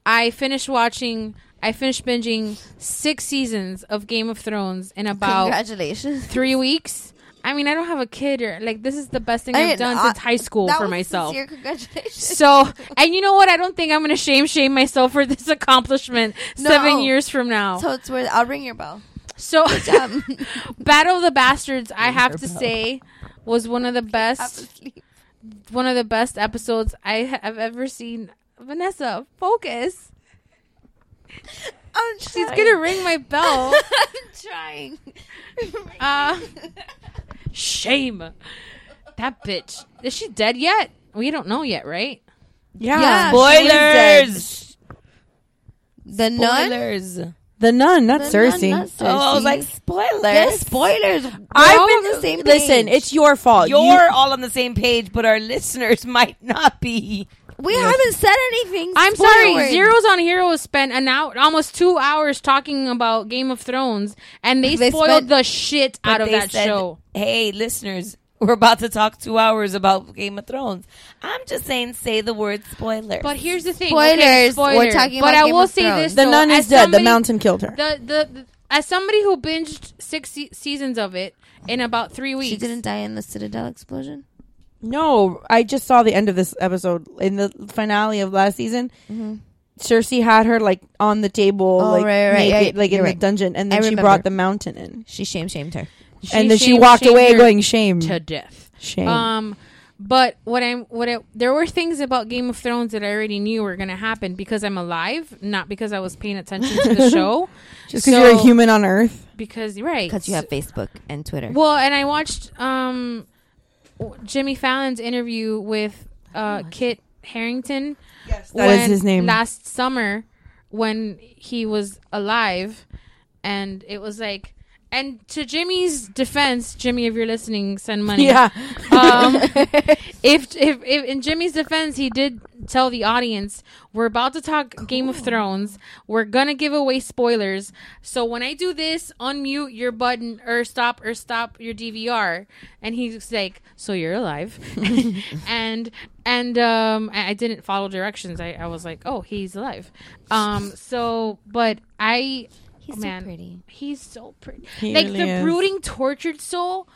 Speaker 11: I finished watching. I finished binging six seasons of Game of Thrones in about
Speaker 9: Congratulations.
Speaker 11: three weeks. I mean, I don't have a kid or like this is the best thing
Speaker 9: I
Speaker 11: I've
Speaker 9: didn't-
Speaker 11: done
Speaker 9: uh,
Speaker 11: since high school
Speaker 9: that
Speaker 11: for
Speaker 9: was
Speaker 11: myself.
Speaker 9: sincere. Congratulations.
Speaker 11: So, and you know what? I don't think I'm going to shame shame myself for this accomplishment
Speaker 9: No.
Speaker 11: seven years from now.
Speaker 9: So it's worth. I'll ring your bell.
Speaker 11: So,
Speaker 9: job.
Speaker 11: Battle of the Bastards, I have to say, was one of the best,
Speaker 9: Obviously.
Speaker 11: one of the best episodes I have ever seen. Vanessa, focus.
Speaker 9: I'm
Speaker 11: She's
Speaker 9: trying.
Speaker 11: gonna ring my bell.
Speaker 9: I'm trying.
Speaker 11: Uh, shame. That bitch. Is she dead yet? We don't know yet, right?
Speaker 8: Yeah.
Speaker 9: Yeah.
Speaker 17: Spoilers.
Speaker 9: The nun.
Speaker 17: Spoilers.
Speaker 8: The nun, not
Speaker 9: The
Speaker 8: Cersei.
Speaker 9: nun, not Cersei.
Speaker 17: Oh, I was like, spoilers.
Speaker 9: Yes, spoilers.
Speaker 8: I've
Speaker 9: We're all
Speaker 8: been
Speaker 9: on the same
Speaker 8: Listen,
Speaker 9: page.
Speaker 8: it's your fault.
Speaker 17: You're
Speaker 8: You-
Speaker 17: all on the same page, but our listeners might not be.
Speaker 9: we haven't said anything.
Speaker 11: I'm sorry.
Speaker 9: Spoilers.
Speaker 11: Zeros on Heroes spent an hour, almost two hours talking about Game of Thrones, and they,
Speaker 9: They
Speaker 11: spoiled
Speaker 9: spent-
Speaker 11: the shit out
Speaker 17: But
Speaker 11: of
Speaker 17: they
Speaker 11: that
Speaker 17: said,
Speaker 11: show.
Speaker 17: Hey, listeners, we're about to talk two hours about Game of Thrones. I'm just saying, say the word spoiler.
Speaker 11: But here's the thing.
Speaker 9: Spoilers.
Speaker 11: Okay,
Speaker 9: We're
Speaker 11: spoiler.
Speaker 9: talking
Speaker 11: but
Speaker 9: about
Speaker 11: I
Speaker 9: Game
Speaker 11: will
Speaker 9: of
Speaker 11: say
Speaker 9: Thrones.
Speaker 11: this:
Speaker 8: the
Speaker 11: though,
Speaker 8: nun
Speaker 11: as
Speaker 8: is dead.
Speaker 11: somebody-
Speaker 8: the mountain killed her.
Speaker 11: The, the the- as somebody who binged six se- seasons of it in about three weeks.
Speaker 9: She didn't die in the Citadel explosion.
Speaker 8: no, I just saw the end of this episode in the finale of last season. Cersei had her like on the table,
Speaker 9: Oh,
Speaker 8: like
Speaker 9: right, right,
Speaker 8: naked,
Speaker 9: right.
Speaker 8: like in
Speaker 9: You're
Speaker 8: the
Speaker 9: right.
Speaker 8: dungeon, and
Speaker 9: I
Speaker 8: then she
Speaker 9: remember.
Speaker 8: brought the mountain in,
Speaker 9: She shame shamed her.
Speaker 8: and then she
Speaker 11: shame-
Speaker 8: walked
Speaker 11: shamed
Speaker 8: away
Speaker 11: her
Speaker 8: going shame
Speaker 11: to death.
Speaker 8: shame.
Speaker 11: Um, but what I'm what I, there were things about Game of Thrones that I already knew were going to happen because I'm alive, not because I was paying attention to the show.
Speaker 8: Just because you're a
Speaker 11: So-
Speaker 8: human on Earth,
Speaker 11: Because right,
Speaker 9: Because you have Facebook and Twitter.
Speaker 11: Well, and I watched um, w- Jimmy Fallon's interview with uh, Kit Harrington. Yes,
Speaker 8: that is his name.
Speaker 11: Last summer, when he was alive, and it was like, and to Jimmy's defense, Jimmy, if you're listening, send money.
Speaker 8: Yeah.
Speaker 11: Um, if, if if in Jimmy's defense, he did tell the audience, "We're about to talk Game of Thrones. We're gonna give away spoilers. So when I do this, unmute your button or stop or stop your DVR." And he's like, "So you're alive," and and um, I, I didn't follow directions. I, I was like, "Oh, he's alive." Um, so but I.
Speaker 9: He's
Speaker 11: oh,
Speaker 9: so
Speaker 11: man,
Speaker 9: pretty.
Speaker 11: He's so pretty.
Speaker 8: He
Speaker 11: like
Speaker 8: really
Speaker 11: the
Speaker 8: is.
Speaker 11: brooding, tortured soul.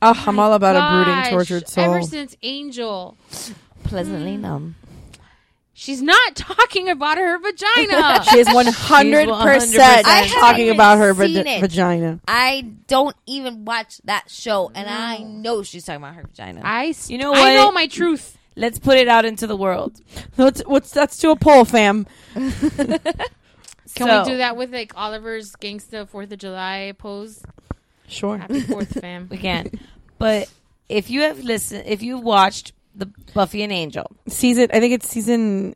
Speaker 8: Ugh, I'm all about a
Speaker 11: Gosh,
Speaker 8: brooding, tortured
Speaker 11: Ever
Speaker 8: soul.
Speaker 11: since Angel,
Speaker 9: Pleasantly numb.
Speaker 11: she's not talking about her vagina.
Speaker 8: she is 100 percent
Speaker 9: I haven't
Speaker 8: talking
Speaker 9: even
Speaker 8: about her
Speaker 9: seen it.
Speaker 8: vag- vagina.
Speaker 9: I don't even watch that show, and I know she's talking about her vagina.
Speaker 11: I
Speaker 17: You know
Speaker 11: I
Speaker 17: what?
Speaker 11: know my truth.
Speaker 17: Let's put it out into the world.
Speaker 8: That's what's that's to a poll, fam.
Speaker 11: Can
Speaker 17: So-
Speaker 11: we do that with like Oliver's gangsta Fourth of July pose?
Speaker 8: Sure.
Speaker 11: Happy Fourth, fam.
Speaker 17: We can. but if you have listened, if you've watched the Buffy and Angel,
Speaker 8: Season, I think it's season.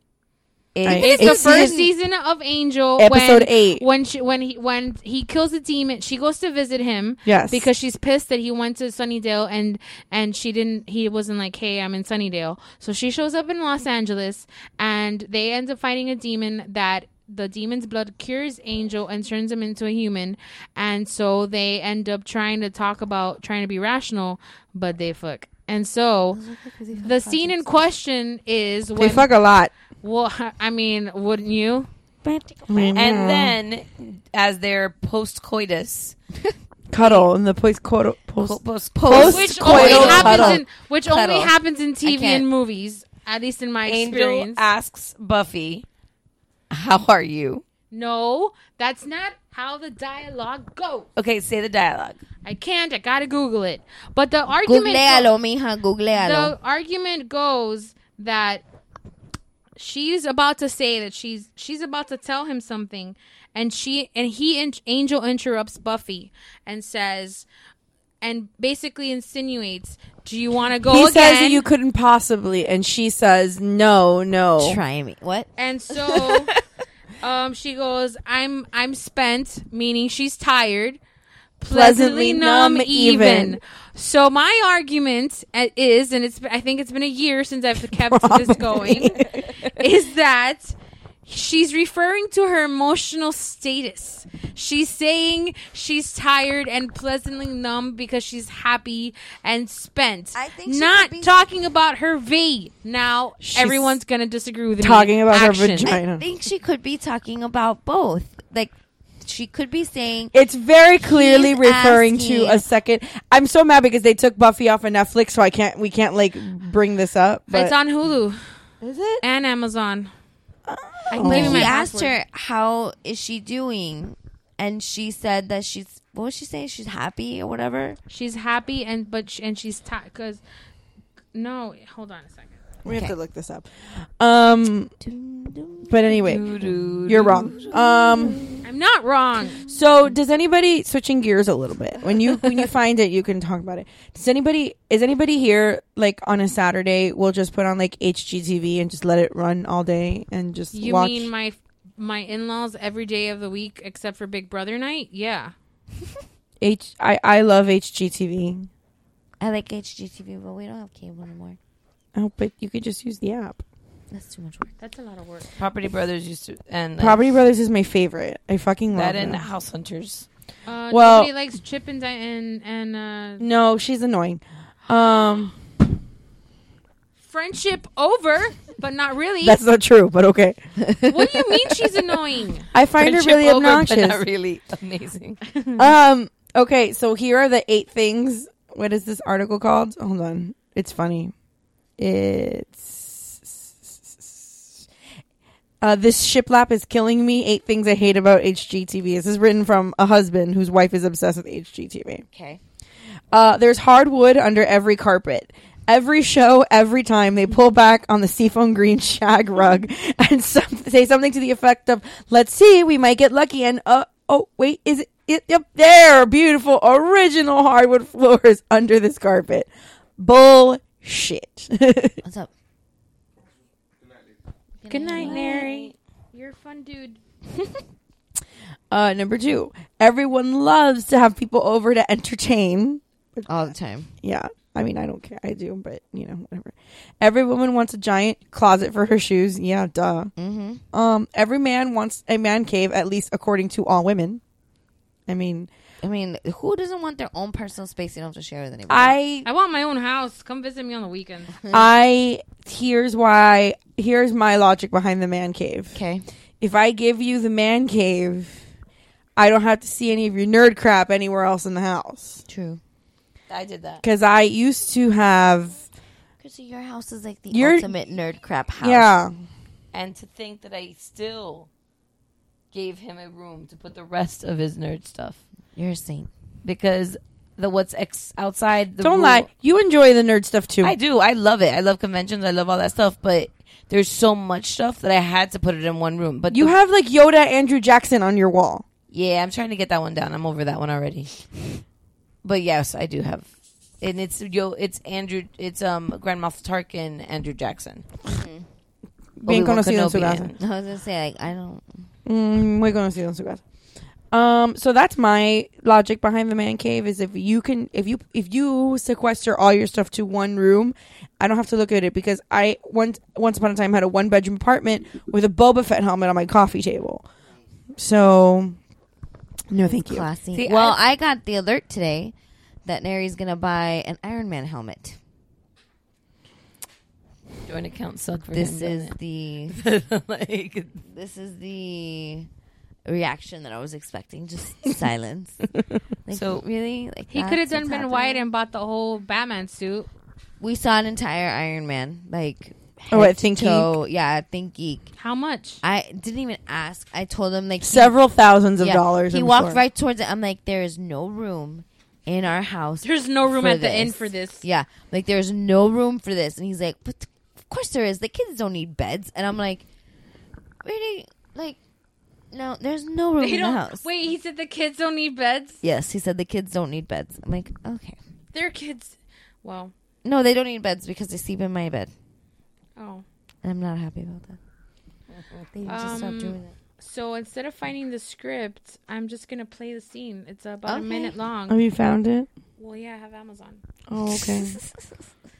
Speaker 17: it-
Speaker 8: I-
Speaker 11: It's,
Speaker 8: it's
Speaker 11: the first
Speaker 8: season-
Speaker 11: season of Angel,
Speaker 8: Episode
Speaker 11: when,
Speaker 8: eight.
Speaker 11: When she when he when he kills a demon, she goes to visit him.
Speaker 8: Yes.
Speaker 11: because she's pissed that he went to Sunnydale and and she didn't. He wasn't like, hey, I'm in Sunnydale. So she shows up in Los Angeles, and they end up fighting a demon that. The demon's blood cures Angel and turns him into a human, and so they end up trying to talk about trying to be rational, but they fuck. And so, the scene in question is
Speaker 8: They
Speaker 11: when
Speaker 8: fuck a lot.
Speaker 11: well, I mean, wouldn't you?
Speaker 17: and then as their post coitus,
Speaker 8: cuddle and the place cuddle post.
Speaker 17: post
Speaker 8: Post-
Speaker 11: Which
Speaker 8: Coital
Speaker 11: only
Speaker 8: cuddle.
Speaker 11: happens in which only
Speaker 17: Cuddle.
Speaker 11: happens in
Speaker 17: I
Speaker 11: TV
Speaker 17: can't.
Speaker 11: and movies, at least in my
Speaker 17: Angel
Speaker 11: experience.
Speaker 17: asks Buffy, "How are you?"
Speaker 11: no, that's not how the dialogue goes.
Speaker 17: Okay, say the dialogue.
Speaker 11: I can't. I gotta Google it. But the argument
Speaker 9: Googlealo, mija. Googlealo.
Speaker 11: the argument goes that she's about to say that she's she's about to tell him something and she and he in, angel interrupts buffy and says and basically insinuates do you want to go
Speaker 8: he
Speaker 11: again
Speaker 8: says that you couldn't possibly, and she says no, no.
Speaker 9: Try me. What?
Speaker 11: and so um she goes i'm i'm spent meaning she's tired
Speaker 8: Pleasantly numb, even.
Speaker 11: so my argument uh, is and it's i think it's been a year since i've kept this going is that she's referring to her emotional status. She's saying she's tired and pleasantly numb because she's happy and spent.
Speaker 9: I think she
Speaker 11: not
Speaker 9: could be-
Speaker 11: talking about her V. Now
Speaker 8: She's
Speaker 11: everyone's gonna disagree with me.
Speaker 8: talking about her
Speaker 11: Action.
Speaker 8: vagina.
Speaker 9: I think she could be talking about both. Like she could be saying
Speaker 8: It's very clearly
Speaker 9: He's
Speaker 8: referring to
Speaker 9: asking-
Speaker 8: a second. I'm so mad because they took Buffy off of Netflix, so I can't. We can't like bring this up. But
Speaker 11: It's on Hulu
Speaker 8: Is it?
Speaker 11: and Amazon. I
Speaker 9: But
Speaker 11: gave you
Speaker 9: he
Speaker 11: my
Speaker 9: asked
Speaker 11: password.
Speaker 9: her how is she doing, and she said that she's what was she saying? She's happy or whatever.
Speaker 11: She's happy and but sh- and she's tired because no, hold on a second.
Speaker 8: We have
Speaker 9: Okay.
Speaker 8: to look this up. Um, but anyway, you're wrong. Um,
Speaker 11: I'm not wrong.
Speaker 8: so does anybody switching gears a little bit when you when you find it, you can talk about it. Does anybody is anybody here like on a Saturday? We'll just put on like HGTV and just let it run all day and just
Speaker 11: You
Speaker 8: watch.
Speaker 11: mean my my in laws every day of the week except for Big Brother night? Yeah.
Speaker 8: H I I love HGTV.
Speaker 9: I like HGTV, but we don't have cable anymore.
Speaker 8: Oh, but you could just use the app.
Speaker 9: That's too much work.
Speaker 11: That's a lot of work.
Speaker 17: Property Brothers used to and like,
Speaker 8: Property Brothers is my favorite. I fucking love
Speaker 17: that
Speaker 8: it.
Speaker 17: and House Hunters.
Speaker 11: Uh,
Speaker 8: Well-
Speaker 11: nobody likes Chip and Di- and and uh,
Speaker 8: No, she's annoying. Um,
Speaker 11: friendship over, but not really.
Speaker 8: that's not true, but okay.
Speaker 11: what do you mean she's annoying?
Speaker 8: I find her
Speaker 17: Friendship
Speaker 8: really
Speaker 17: over, but
Speaker 8: obnoxious.
Speaker 17: not really amazing.
Speaker 8: um, okay, so here are the eight things. What is this article called? Hold on, it's funny. It's Uh, this shiplap is killing me. Eight things I hate about HGTV. This is written from a husband whose wife is obsessed with HGTV.
Speaker 9: Okay.
Speaker 8: Uh, there's hardwood under every carpet. Every show, every time they pull back on the seafoam green shag rug and some, say something to the effect of "Let's see, we might get lucky." And uh, oh wait, is it, it yep there? Beautiful original hardwood floors under this carpet. Bullshit.
Speaker 9: What's up?
Speaker 11: Good night, Mary. You're a fun dude.
Speaker 8: Uh, number two, everyone loves to have people over to entertain.
Speaker 9: All the time.
Speaker 8: Yeah. I mean, I don't care. I do, but, you know, whatever. Every woman wants a giant closet for her shoes. Yeah, duh.
Speaker 9: Mm-hmm.
Speaker 8: Um, every man wants a man cave, at least according to all women. I mean,
Speaker 9: I mean, who doesn't want their own personal space they don't have to share with anybody?
Speaker 8: I
Speaker 11: I want my own house. Come visit me on the weekend.
Speaker 8: I here's why here's my logic behind the man cave.
Speaker 9: Okay.
Speaker 8: If I give you the man cave, I don't have to see any of your nerd crap anywhere else in the house.
Speaker 9: True.
Speaker 17: I did that.
Speaker 8: Cuz I used to have
Speaker 9: Because your house is like the
Speaker 8: Your-
Speaker 9: ultimate nerd crap house.
Speaker 8: Yeah.
Speaker 17: And to think that I still gave him a room to put the rest of his nerd stuff
Speaker 9: You're a saint.
Speaker 17: because the what's ex- outside the
Speaker 8: Don't
Speaker 17: room-
Speaker 8: lie. You enjoy the nerd stuff too.
Speaker 17: I do. I love it. I love conventions. I love all that stuff. But there's so much stuff that I had to put it in one room. But
Speaker 8: You
Speaker 17: the-
Speaker 8: have like Yoda Andrew Jackson on your wall.
Speaker 17: yeah, I'm trying to get that one down. I'm over that one already. But yes, I do have, and it's yo, it's Andrew, it's um Grand Moff Tarkin, Andrew Jackson.
Speaker 8: Bien
Speaker 17: Obi-Wan
Speaker 8: conocido en su
Speaker 17: Kenobi
Speaker 8: casa.
Speaker 17: and-
Speaker 9: I was gonna say like I don't.
Speaker 8: Mm, muy conocido en su casa. Um, so that's my logic behind the man cave is if you can if you if you sequester all your stuff to one room, I don't have to look at it because I once once upon a time had a one bedroom apartment with a Boba Fett helmet on my coffee table. So no thank you.
Speaker 9: Classy.
Speaker 17: See,
Speaker 9: well,
Speaker 17: I-
Speaker 9: I, got the alert today that Neri's gonna buy an Iron Man helmet.
Speaker 17: Joint accounts suck for
Speaker 9: This is
Speaker 17: him,
Speaker 9: the
Speaker 17: doesn't it? like
Speaker 9: this is the reaction that I was expecting. Just silence. Like,
Speaker 17: So-
Speaker 9: really, like
Speaker 11: He
Speaker 9: that's
Speaker 11: could have done
Speaker 9: what's
Speaker 11: Ben
Speaker 9: happening?
Speaker 11: White and bought the whole Batman suit.
Speaker 9: We saw an entire Iron Man like.
Speaker 8: Oh,
Speaker 9: head
Speaker 8: at
Speaker 9: to
Speaker 8: Think
Speaker 9: toe. Yeah, at Think Geek.
Speaker 11: How much?
Speaker 9: I didn't even ask. I told him like he-
Speaker 8: Several thousands of
Speaker 9: yeah,
Speaker 8: dollars.
Speaker 9: He
Speaker 8: I'm
Speaker 9: walked
Speaker 8: sure.
Speaker 9: right towards it. I'm like, there is no room in our house.
Speaker 11: There's no room
Speaker 9: for
Speaker 11: at the
Speaker 9: this.
Speaker 11: inn for this.
Speaker 9: Yeah, like there's no room for this, and he's like, "But th- of course there is. The kids don't need beds." And I'm like, "Really? Like, no, there's no room
Speaker 11: They
Speaker 9: in the
Speaker 11: don't.
Speaker 9: house."
Speaker 11: Wait, he said the kids don't need beds.
Speaker 9: Yes, he said the kids don't need beds. I'm like, okay,
Speaker 11: Their kids. Well,
Speaker 9: no, they don't need beds because they sleep in my bed,
Speaker 11: oh.
Speaker 9: and I'm not happy about that. They need to stop
Speaker 11: Um,
Speaker 9: doing that.
Speaker 11: So instead of finding the script, I'm just gonna play the scene. It's about a
Speaker 9: Okay.
Speaker 11: minute long.
Speaker 8: Oh, you found it?
Speaker 11: well, yeah, I have Amazon.
Speaker 8: Oh, okay.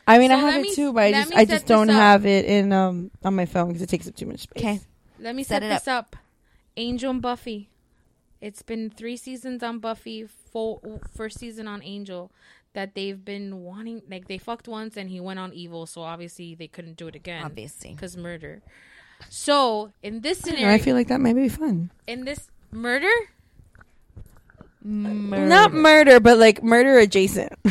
Speaker 8: I mean,
Speaker 11: So
Speaker 8: I
Speaker 11: let
Speaker 8: have
Speaker 11: me-
Speaker 8: it too, but I
Speaker 11: let
Speaker 8: just
Speaker 11: me
Speaker 8: I
Speaker 11: set
Speaker 8: just
Speaker 11: this
Speaker 8: don't
Speaker 11: up.
Speaker 8: have it in um on my phone because it takes up too much space.
Speaker 9: Okay,
Speaker 11: Let me
Speaker 9: Set
Speaker 11: set,
Speaker 9: it
Speaker 11: this up. Angel and Buffy. It's been three seasons on Buffy, four first season on Angel. That they've been wanting, like they fucked once and he went on evil, so obviously they couldn't do it again.
Speaker 9: Obviously.
Speaker 11: because murder. So in this
Speaker 8: I, don't know, I
Speaker 11: scenario,
Speaker 8: feel like that might be fun.
Speaker 11: in this murder,
Speaker 8: Not murder, but like murder adjacent.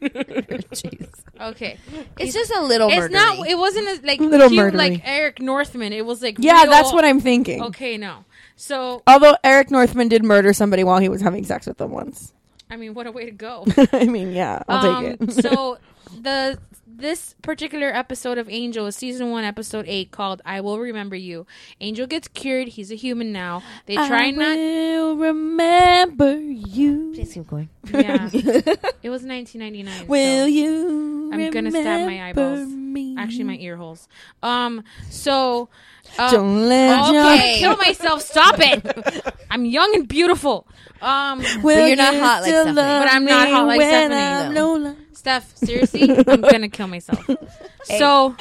Speaker 9: Jeez.
Speaker 11: okay,
Speaker 9: It's just a little.
Speaker 11: it's not.
Speaker 9: murdery.
Speaker 11: It wasn't as, like
Speaker 8: Little
Speaker 11: cute,
Speaker 8: murdery.
Speaker 11: like Eric Northman. It was like
Speaker 8: Yeah,
Speaker 11: real-
Speaker 8: that's what I'm thinking.
Speaker 11: Okay, no. So
Speaker 8: Although Eric Northman did murder somebody while he was having sex with them once.
Speaker 11: I mean, what a way to go.
Speaker 8: I mean, yeah, I'll take
Speaker 11: Um,
Speaker 8: it.
Speaker 11: so the this particular episode of Angel is season one, episode eight, called "I Will Remember You." Angel gets cured; he's a human now. They try not.
Speaker 8: will remember you.
Speaker 9: Please keep going.
Speaker 11: Yeah, it was 1999.
Speaker 8: Will
Speaker 11: so
Speaker 8: you?
Speaker 11: I'm gonna stab my eyeballs. Actually, my ear holes. Um. So. uh,
Speaker 8: Don't let
Speaker 11: okay,
Speaker 8: your-
Speaker 11: kill myself. Stop it. I'm young and beautiful. Um.
Speaker 9: But you're not hot like Stephanie.
Speaker 11: But I'm not hot like
Speaker 8: no
Speaker 11: Stephanie, though.
Speaker 8: longer-
Speaker 11: Steph, seriously, I'm gonna kill myself. So,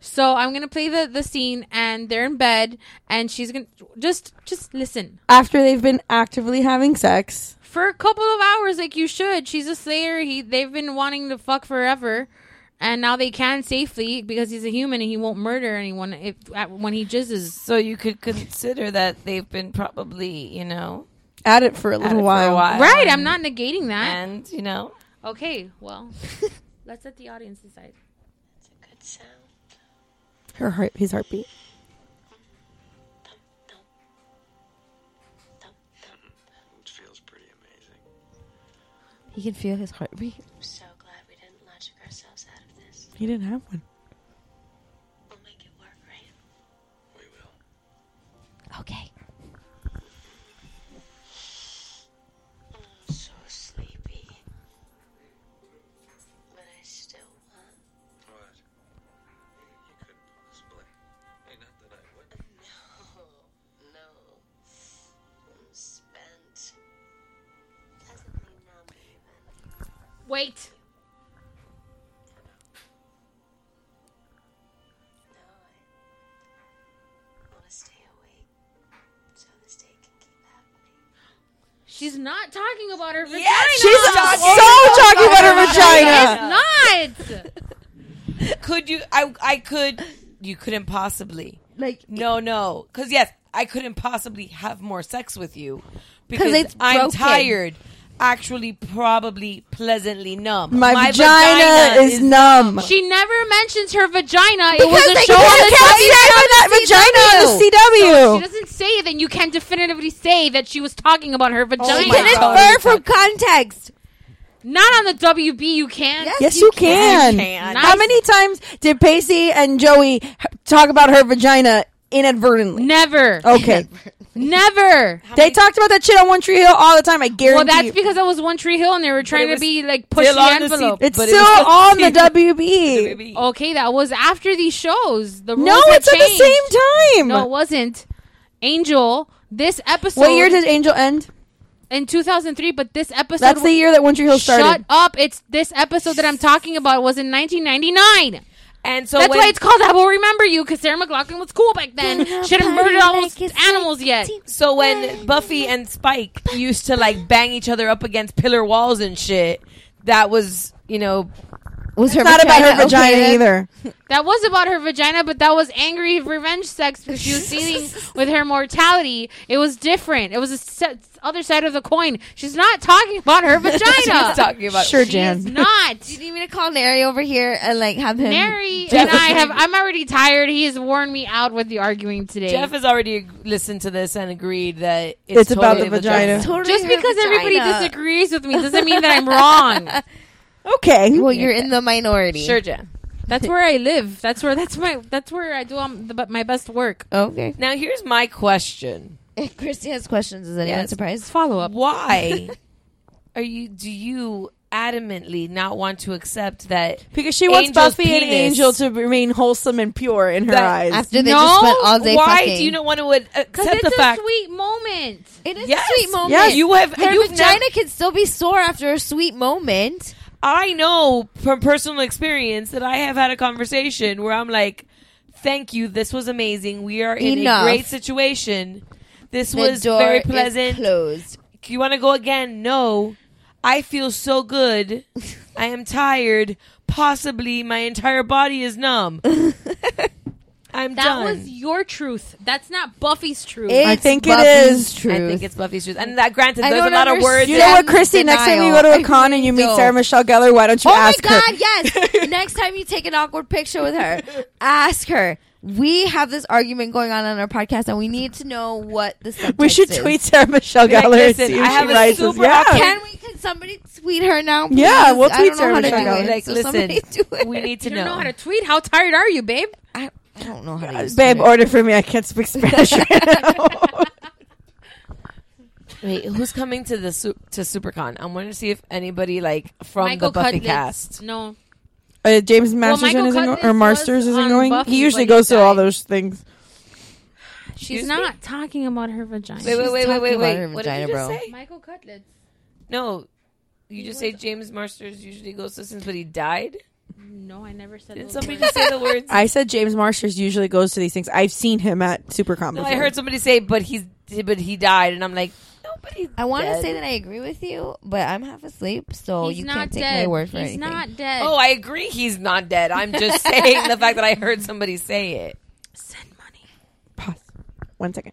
Speaker 11: so I'm gonna play the the scene, and they're in bed, and she's gonna just just listen
Speaker 8: After they've been actively having sex,
Speaker 11: for a couple of hours, like you should. She's a slayer. He they've been wanting to fuck forever, and now they can safely because he's a human and he won't murder anyone if at, when he jizzes.
Speaker 17: so you could consider that they've been probably you know
Speaker 8: at it for a
Speaker 17: at it
Speaker 8: little
Speaker 17: for a
Speaker 8: while.
Speaker 17: while.
Speaker 11: Right, I'm not negating that.
Speaker 17: and you know
Speaker 11: Okay, well, let's let the audience decide.
Speaker 8: Her heart, his heartbeat.
Speaker 9: He can feel his heartbeat.
Speaker 20: I'm so glad we didn't logic ourselves out of this.
Speaker 8: He didn't have one.
Speaker 20: We'll make it work, right?
Speaker 21: We will.
Speaker 9: Okay.
Speaker 20: I'm Oh, so sleepy. But I still want.
Speaker 21: What? You could possibly. Hey, not that I would.
Speaker 20: No, no. I'm spent. Doesn't mean numb even.
Speaker 11: Wait.
Speaker 20: No, I want to stay awake so this day can keep happening.
Speaker 11: She's not talking about her vagina.
Speaker 8: she's so talking about her vagina.
Speaker 11: It's not.
Speaker 17: could you? I I could. You couldn't possibly.
Speaker 9: Like
Speaker 17: no, no. Because yes, I couldn't possibly have more sex with you because
Speaker 9: 'Cause it's
Speaker 17: I'm
Speaker 9: broken.
Speaker 17: tired. Actually, probably pleasantly numb.
Speaker 8: My, vagina, is numb.
Speaker 11: She never mentions her vagina. it was
Speaker 8: Because
Speaker 11: a
Speaker 8: they
Speaker 11: show
Speaker 8: can't-
Speaker 11: on the
Speaker 8: can't
Speaker 11: Tony
Speaker 8: say
Speaker 11: Scott's
Speaker 8: that vagina on the CW.
Speaker 11: So if she doesn't say it, then you can definitively say that she was talking about her
Speaker 8: Oh.
Speaker 11: vagina.
Speaker 9: Can infer from context.
Speaker 11: Not on the WB, you can.
Speaker 8: Yes, you, can. How
Speaker 11: Nice.
Speaker 8: many times did Pacey and Joey h- talk about her vagina inadvertently?
Speaker 11: Never.
Speaker 8: Okay.
Speaker 11: Never.
Speaker 8: they talked about that shit on One Tree Hill all the time. I guarantee.
Speaker 11: Well, that's
Speaker 8: you.
Speaker 11: because it was One Tree Hill and they were trying to
Speaker 17: was
Speaker 11: be like push
Speaker 17: still
Speaker 11: the
Speaker 17: on the
Speaker 11: envelope.
Speaker 17: seat.
Speaker 8: it's
Speaker 17: but it
Speaker 8: still on
Speaker 17: was-
Speaker 8: the WB.
Speaker 17: WB.
Speaker 11: okay, that was after these shows. The rules
Speaker 8: No,
Speaker 11: had
Speaker 8: it's at
Speaker 11: changed.
Speaker 8: the same time.
Speaker 11: No, it wasn't. Angel, this episode.
Speaker 8: what year did Angel end?
Speaker 11: in 2003? But this episode.
Speaker 8: That's the year that One Tree Hill started.
Speaker 11: Shut up! It's this episode that I'm talking about was in 1999.
Speaker 17: And so
Speaker 11: That's
Speaker 17: when-
Speaker 11: why it's called "I Will Remember You" because Sarah McLaughlin was cool back then. She hadn't murdered
Speaker 9: like
Speaker 11: almost
Speaker 9: it's
Speaker 11: animals yet.
Speaker 17: So when Buffy and Spike used to like bang each other up against pillar walls and shit, that was you know
Speaker 9: Was her
Speaker 8: It's not about
Speaker 9: vagina
Speaker 8: her vagina
Speaker 9: okay?
Speaker 8: either.
Speaker 11: That was about her vagina, but that was angry revenge sex because she was dealing with her mortality. It was different. It was a se- other side of the coin. She's not talking about her vagina.
Speaker 17: she was talking about.
Speaker 8: Sure,
Speaker 11: She is
Speaker 8: Jan.
Speaker 11: not.
Speaker 9: Do you need me to call Nary over here and like have him?
Speaker 11: Mary and I have. I'm already tired. He has worn me out with the arguing today.
Speaker 17: Jeff has already ag- listened to this and agreed that it's,
Speaker 8: It's about
Speaker 17: totally
Speaker 8: the vagina.
Speaker 9: It's totally
Speaker 11: Just
Speaker 9: her
Speaker 11: because everybody
Speaker 9: vagina.
Speaker 11: disagrees with me doesn't mean that I'm wrong.
Speaker 8: Okay.
Speaker 9: Well, you're in the minority.
Speaker 17: Sure, Jen.
Speaker 11: That's where I live. That's where that's my that's where I do um, the, my best work.
Speaker 9: Okay.
Speaker 17: Now here's my question:
Speaker 9: If Christy has questions, is anyone
Speaker 17: Yes.
Speaker 9: surprised?
Speaker 11: Follow up.
Speaker 17: Why are you? Do you adamantly not want to accept that?
Speaker 8: Because she wants
Speaker 17: Angel's
Speaker 8: Buffy and
Speaker 17: penis-
Speaker 8: Angel to remain wholesome and pure in her
Speaker 17: That-
Speaker 8: eyes.
Speaker 9: After they
Speaker 11: No,
Speaker 9: just spent all day
Speaker 17: Why
Speaker 9: fucking.
Speaker 17: do you not want to ad-
Speaker 11: Because
Speaker 17: accept
Speaker 11: it's
Speaker 17: the
Speaker 11: a
Speaker 17: fact?
Speaker 11: sweet moment.
Speaker 9: It is
Speaker 17: Yes.
Speaker 9: a sweet moment.
Speaker 8: Yes.
Speaker 17: You have
Speaker 9: Her
Speaker 17: you've
Speaker 9: vagina
Speaker 17: nev-
Speaker 9: can still be sore after a sweet moment.
Speaker 17: I know from personal experience that I have had a conversation where I'm like, "Thank you, this was amazing. We are in
Speaker 9: Enough.
Speaker 17: a great situation. This
Speaker 9: The
Speaker 17: was
Speaker 9: door
Speaker 17: very
Speaker 9: is
Speaker 17: pleasant.
Speaker 9: closed.
Speaker 17: you want to go again? No. I feel so good. I am tired. Possibly my entire body is numb. I'm
Speaker 11: That
Speaker 17: done.
Speaker 11: was your truth. That's not Buffy's truth.
Speaker 8: I
Speaker 9: It's
Speaker 8: think it
Speaker 9: Buffy's
Speaker 8: is.
Speaker 9: Truth.
Speaker 17: I think it's Buffy's truth. And that granted,
Speaker 9: I
Speaker 17: there's a
Speaker 9: don't
Speaker 17: lot of words.
Speaker 8: you
Speaker 9: understand.
Speaker 8: know
Speaker 17: that-
Speaker 8: what, Christy? Next time you go
Speaker 9: Denial.
Speaker 8: to a con and you meet
Speaker 9: No.
Speaker 8: Sarah Michelle Gellar, why don't you
Speaker 9: Oh my
Speaker 8: ask her?
Speaker 9: god, yes. Next time you take an awkward picture with her, ask her. We have this argument going on on our podcast, and we need to know what the subject
Speaker 8: We should
Speaker 9: is.
Speaker 8: tweet Sarah Michelle
Speaker 17: Be like,
Speaker 8: Gellar
Speaker 17: "Listen,
Speaker 8: and see if
Speaker 17: I have
Speaker 8: she
Speaker 17: a
Speaker 8: writes us.
Speaker 17: super
Speaker 8: Yeah.
Speaker 9: Can we? Can somebody tweet her now? please?
Speaker 8: Yeah, we'll
Speaker 9: I
Speaker 8: tweet
Speaker 9: don't know how to
Speaker 8: Sarah
Speaker 9: do
Speaker 8: Michelle
Speaker 9: it.
Speaker 8: Gellar.
Speaker 17: Like,
Speaker 9: so
Speaker 17: listen,
Speaker 9: somebody do it.
Speaker 17: we need to
Speaker 11: you don't
Speaker 17: know.
Speaker 11: know. how to tweet. How tired are you, babe?
Speaker 9: I, I don't know how to. Use
Speaker 8: Babe,
Speaker 9: Twitter.
Speaker 8: order for me. I can't speak Spanish right now.
Speaker 17: Wait, who's coming to the su- to SuperCon? I'm going to see if anybody like from
Speaker 11: Michael
Speaker 17: the Buffy
Speaker 11: Cudlitz.
Speaker 17: cast.
Speaker 11: No,
Speaker 8: Uh, James Masterson
Speaker 11: Michael
Speaker 8: isn't
Speaker 11: Cudlitz
Speaker 8: go- or Marsters
Speaker 11: was
Speaker 8: isn't
Speaker 11: on
Speaker 8: going.
Speaker 11: Buffy,
Speaker 8: he usually
Speaker 11: but he
Speaker 8: goes to all
Speaker 11: died.
Speaker 8: those things.
Speaker 11: she's
Speaker 17: Excuse
Speaker 11: not talking about her vagina.
Speaker 17: Wait, wait, wait, wait,
Speaker 9: talking
Speaker 17: wait,
Speaker 9: about
Speaker 17: wait.
Speaker 9: her
Speaker 17: What did you
Speaker 9: vagina,
Speaker 17: just
Speaker 9: bro.
Speaker 17: say?
Speaker 11: Michael Cutlets.
Speaker 17: No, you just say James Marsters usually goes to since, but he died.
Speaker 11: No, I never said.
Speaker 17: Didn't
Speaker 11: those
Speaker 17: somebody
Speaker 11: words.
Speaker 17: just say the words?
Speaker 8: I said James Marsters usually goes to these things. I've seen him at SuperCon.
Speaker 17: No,
Speaker 8: before.
Speaker 17: I heard somebody say, but he's but he died, and I'm like, nobody.
Speaker 9: I want to say that I agree with you, but I'm half asleep, so
Speaker 11: He's
Speaker 9: Oh, you
Speaker 11: not
Speaker 9: can't take
Speaker 11: dead.
Speaker 9: my word for
Speaker 11: He's
Speaker 9: anything.
Speaker 11: not dead.
Speaker 17: Oh, I agree. He's not dead. I'm just saying the fact that I heard somebody say it.
Speaker 11: send money.
Speaker 8: Pause. One second.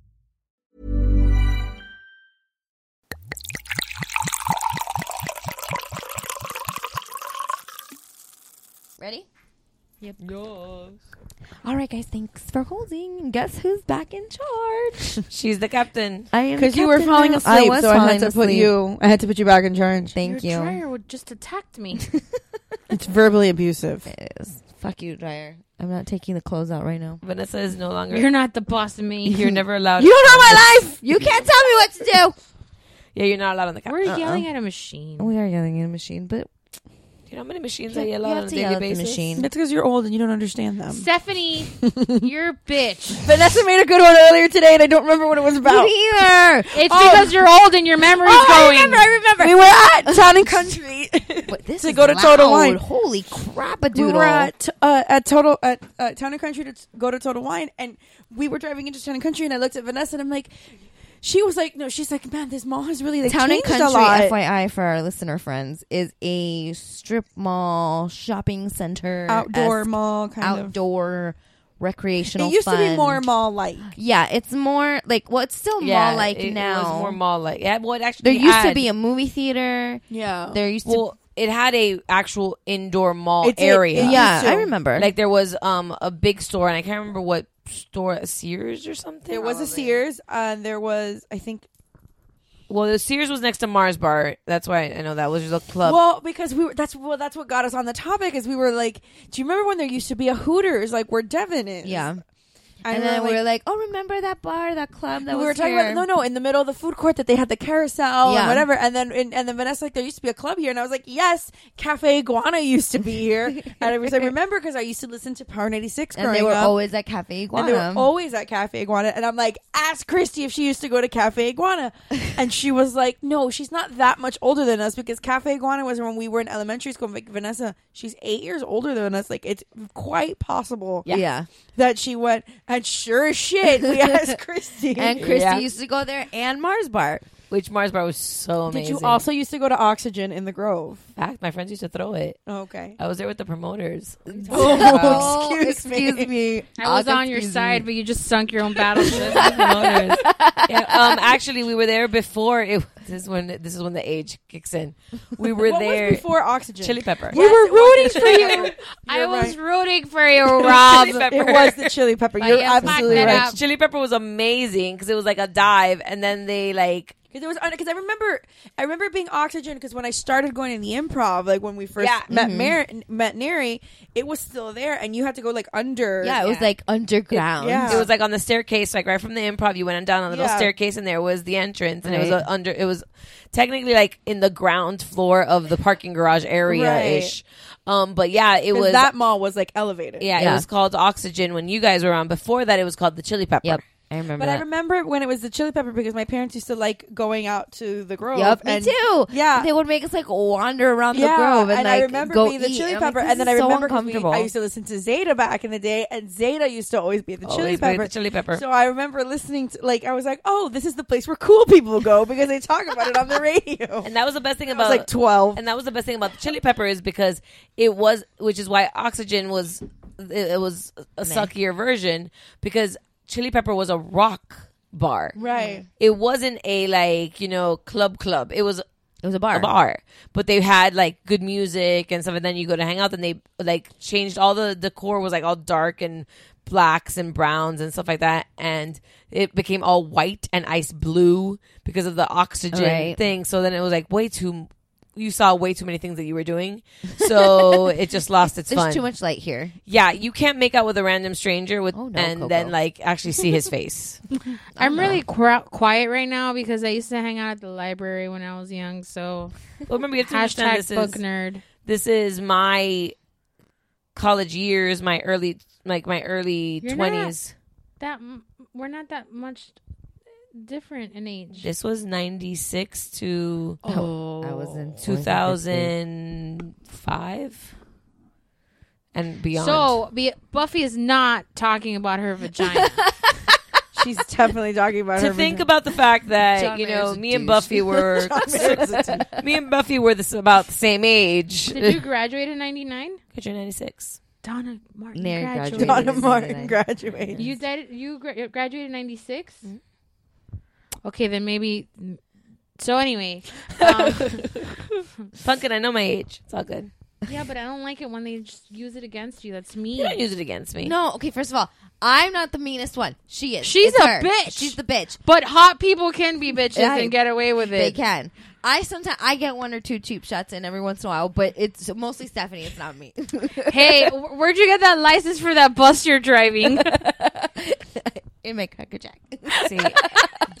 Speaker 9: Ready?
Speaker 17: Yep. Yes.
Speaker 9: All right, guys. Thanks for holding. Guess who's back in charge?
Speaker 17: She's the captain.
Speaker 9: I am
Speaker 8: because
Speaker 9: the
Speaker 8: you were
Speaker 9: captain
Speaker 8: falling
Speaker 9: now.
Speaker 8: asleep,
Speaker 9: was
Speaker 8: so I
Speaker 9: falling
Speaker 8: had to put
Speaker 9: asleep.
Speaker 8: you. I had to put you back in charge.
Speaker 9: Thank
Speaker 11: Your
Speaker 9: you.
Speaker 11: dryer would just attacked me.
Speaker 8: It's verbally abusive.
Speaker 9: It is. Fuck you, dryer. I'm not taking the clothes out right now.
Speaker 17: Vanessa is no longer.
Speaker 11: You're not the boss of me.
Speaker 17: You're never allowed.
Speaker 9: You don't know my life. You can't tell me what to do.
Speaker 17: Yeah, you're not allowed on the couch.
Speaker 11: We're
Speaker 9: Uh-uh.
Speaker 11: yelling at a machine.
Speaker 9: We are yelling at a machine, but
Speaker 17: You know how many machines
Speaker 9: You-
Speaker 17: I yell
Speaker 9: you
Speaker 17: at
Speaker 9: have
Speaker 17: on a
Speaker 9: to
Speaker 17: daily
Speaker 9: yell at the
Speaker 17: basis?
Speaker 9: machine.
Speaker 8: That's because you're old and you don't understand them.
Speaker 11: Stephanie, you're a bitch.
Speaker 8: Vanessa made a good one earlier today, and I don't remember what it was about.
Speaker 9: Me either.
Speaker 11: It's
Speaker 8: Oh.
Speaker 11: because you're old and your memory's
Speaker 9: Oh, I
Speaker 11: going.
Speaker 9: remember. I remember.
Speaker 8: We were at Town and Country.
Speaker 9: But this
Speaker 8: to
Speaker 9: is
Speaker 8: go to Total
Speaker 9: loud.
Speaker 8: Wine.
Speaker 9: Holy crap, a
Speaker 8: we
Speaker 9: doodle.
Speaker 8: were at uh, at Total at uh, Town and Country to t- go to Total Wine, and we were driving into Town and Country, and I looked at Vanessa, and I'm like, she was like, no, she's like, man, this mall has really like
Speaker 9: Town and
Speaker 8: changed
Speaker 9: Country,
Speaker 8: a lot.
Speaker 9: FYI, for our listener friends, is a strip mall, shopping center,
Speaker 8: Outdoor
Speaker 9: esque,
Speaker 8: mall kind of.
Speaker 9: outdoor recreational.
Speaker 8: It used to be
Speaker 9: fun.
Speaker 8: more mall like.
Speaker 9: Yeah, it's more like well, it's still mall like
Speaker 17: it
Speaker 9: now.
Speaker 17: was more mall like. Yeah, well, it actually
Speaker 9: there used to
Speaker 17: had-
Speaker 9: be a movie theater.
Speaker 8: Yeah.
Speaker 9: There used
Speaker 17: Well, it had a actual indoor mall
Speaker 8: It did.
Speaker 17: area.
Speaker 9: to.
Speaker 8: it
Speaker 9: Yeah,
Speaker 8: used to.
Speaker 9: I remember.
Speaker 17: Like there was um a big store, and I can't remember what store, Sears or something.
Speaker 8: There was a Sears, and there was I think
Speaker 17: Well, the Sears was next to Mars Bar. That's why I know that was just a club.
Speaker 8: well because we were that's well that's what got us on the topic is we were like, do you remember when there used to be a Hooters like where Devin is?
Speaker 9: yeah,
Speaker 8: I
Speaker 9: and then we were like, oh, remember that bar, that club that
Speaker 8: we
Speaker 9: was
Speaker 8: were talking
Speaker 9: here?
Speaker 8: about no, no, in the middle of the food court that they had the carousel
Speaker 9: Yeah.
Speaker 8: and whatever, and then and, and then Vanessa like there used to be a club here, and I was like, yes, Cafe Iguana used to be here, and I was like, remember because I used to listen to Power ninety six growing
Speaker 9: and they were
Speaker 8: up,
Speaker 9: always at Cafe
Speaker 8: and
Speaker 9: Iguana.
Speaker 8: they were always at Cafe Iguana, and I'm like, ask Christy if she used to go to Cafe Iguana, and she was like, no, she's not that much older than us because Cafe Iguana was when we were in elementary school. I'm like, Vanessa, she's eight years older than us. Like, it's quite possible
Speaker 9: yeah.
Speaker 8: that she went, and sure as shit, we asked Christy.
Speaker 9: And Christy
Speaker 17: Yeah.
Speaker 9: used to go there and Mars Bar.
Speaker 17: Which Mars Bar was so
Speaker 8: Did
Speaker 17: amazing.
Speaker 8: you also used to go to Oxygen in the Grove?
Speaker 17: In fact, my friends used to throw it.
Speaker 8: Okay.
Speaker 17: I was there with the promoters.
Speaker 8: Oh, excuse me.
Speaker 9: me.
Speaker 11: I was
Speaker 9: Oh,
Speaker 11: on your
Speaker 9: excuse
Speaker 11: side,
Speaker 9: me.
Speaker 11: but you just sunk your own battleship.
Speaker 17: promoters. Yeah, um, actually, we were there before. It, this is when this is when the age kicks in. We were
Speaker 8: what
Speaker 17: there.
Speaker 8: was before Oxygen?
Speaker 17: Chili Pepper.
Speaker 8: We were rooting for you.
Speaker 11: I
Speaker 8: You're right.
Speaker 11: was rooting for you, Rob.
Speaker 17: Chili
Speaker 8: It was the Chili Pepper.
Speaker 11: But
Speaker 8: You're
Speaker 11: yeah, fuck
Speaker 8: absolutely
Speaker 11: that
Speaker 8: right.
Speaker 11: up.
Speaker 17: Ch- Chili Pepper was amazing because it was like a dive, and then they like
Speaker 8: Because it was because I remember I remember it being oxygen because when I started going in the improv, like when we first
Speaker 17: Yeah.
Speaker 8: met Mar- met Neri, it was still there, and you had to go like under.
Speaker 9: Yeah, it was like underground.
Speaker 8: Yeah.
Speaker 17: it was like on the staircase, like right from the improv. You went down a little
Speaker 8: Yeah.
Speaker 17: staircase, and there was the entrance, and it was
Speaker 9: Right.
Speaker 17: a, under. It was technically like in the ground floor of the parking garage area ish. Um, but yeah, it
Speaker 8: 'Cause
Speaker 17: was
Speaker 8: that mall was like elevated.
Speaker 17: Yeah,
Speaker 9: Yeah.
Speaker 17: it was called Oxygen when you guys were on. Before that, it was called the Chili Pepper.
Speaker 9: Yep. I remember
Speaker 8: But
Speaker 9: that.
Speaker 8: I remember when it was the Chili Pepper because my parents used to like going out to the Grove.
Speaker 9: Yep, me
Speaker 8: and-
Speaker 9: too.
Speaker 8: Yeah.
Speaker 9: they would make us like wander around the
Speaker 8: yeah,
Speaker 9: grove and, like
Speaker 8: I remember
Speaker 9: go
Speaker 8: being the
Speaker 9: eat.
Speaker 8: Chili
Speaker 9: I'm like,
Speaker 8: Pepper,
Speaker 9: this
Speaker 8: and then I
Speaker 9: is so
Speaker 8: remember 'cause we-
Speaker 9: uncomfortable.
Speaker 8: I used to listen to Zeta back in the day, and Zeta used to always be at the Chili
Speaker 17: Always be at the
Speaker 8: Pepper.
Speaker 17: Chili Pepper.
Speaker 8: So I remember listening to like I was like, oh, this is the place where cool people go because they talk about it on the radio.
Speaker 17: And that was the best thing
Speaker 8: I was
Speaker 17: about
Speaker 8: like twelve.
Speaker 17: and that was the best thing about the Chili Pepper is because it was, which is why Oxygen was, it, it was a suckier version because Chili Pepper was a rock bar.
Speaker 8: Right.
Speaker 17: It wasn't a like you know club club. It was
Speaker 9: It was a bar.
Speaker 17: a bar, but they had like good music and stuff. And then you go to hang out, and they like changed all the decor was like all dark and blacks and browns and stuff like that, and it became all white and ice blue because of the oxygen
Speaker 9: Right.
Speaker 17: thing. So then it was like way too. You saw way too many things that you were doing, so it just lost its,
Speaker 9: There's
Speaker 17: fun.
Speaker 9: too much light here.
Speaker 17: Yeah, you can't make out with a random stranger with,
Speaker 9: Oh, no,
Speaker 17: and
Speaker 9: Coco.
Speaker 17: then like actually see his face.
Speaker 11: I'm really qu- quiet right now because I used to hang out at the library when I was young. So
Speaker 17: Well, remember, you have to understand
Speaker 11: hashtag
Speaker 17: this
Speaker 11: book
Speaker 17: is
Speaker 11: nerd.
Speaker 17: this is my college years, my early like my early
Speaker 11: You're
Speaker 17: twenties.
Speaker 11: That m- we're not that much different in age.
Speaker 17: This was ninety six to
Speaker 11: oh,
Speaker 9: I was in
Speaker 17: two thousand five and beyond.
Speaker 11: So be- Buffy is not talking about her vagina.
Speaker 8: She's definitely talking about
Speaker 17: to
Speaker 8: her
Speaker 17: think
Speaker 8: vagina.
Speaker 17: about the fact that
Speaker 8: John
Speaker 17: you
Speaker 8: Mayer's
Speaker 17: know
Speaker 8: a
Speaker 17: me and
Speaker 8: douche.
Speaker 17: Buffy were
Speaker 8: John Mayer's a douche.
Speaker 17: me and Buffy were this about the same age.
Speaker 11: Did you graduate in 99?
Speaker 17: Graduated 96.
Speaker 11: Donna Martin
Speaker 17: Mary graduated
Speaker 11: graduated.
Speaker 17: Donna in Martin
Speaker 8: 99. graduated.
Speaker 11: You did, you gra- graduated in 96?
Speaker 9: Mm-hmm.
Speaker 11: Okay, then maybe so anyway. Um,
Speaker 17: Pumpkin, I know my age. It's all good.
Speaker 11: yeah, but I don't like it when they just use it against you. That's mean.
Speaker 17: You don't use it against me.
Speaker 9: No, okay, first of all, I'm not the meanest one. She is.
Speaker 11: She's
Speaker 9: It's
Speaker 11: a
Speaker 9: her.
Speaker 11: bitch.
Speaker 9: She's the bitch.
Speaker 11: But hot people can be bitches
Speaker 9: Yeah,
Speaker 11: and get away with it.
Speaker 9: They can. I sometimes I get one or two cheap shots in every once in a while, but it's mostly Stephanie. It's not me.
Speaker 11: Hey, wh- where'd you get that license for that bus you're driving?
Speaker 9: in my cracker jack.
Speaker 17: See,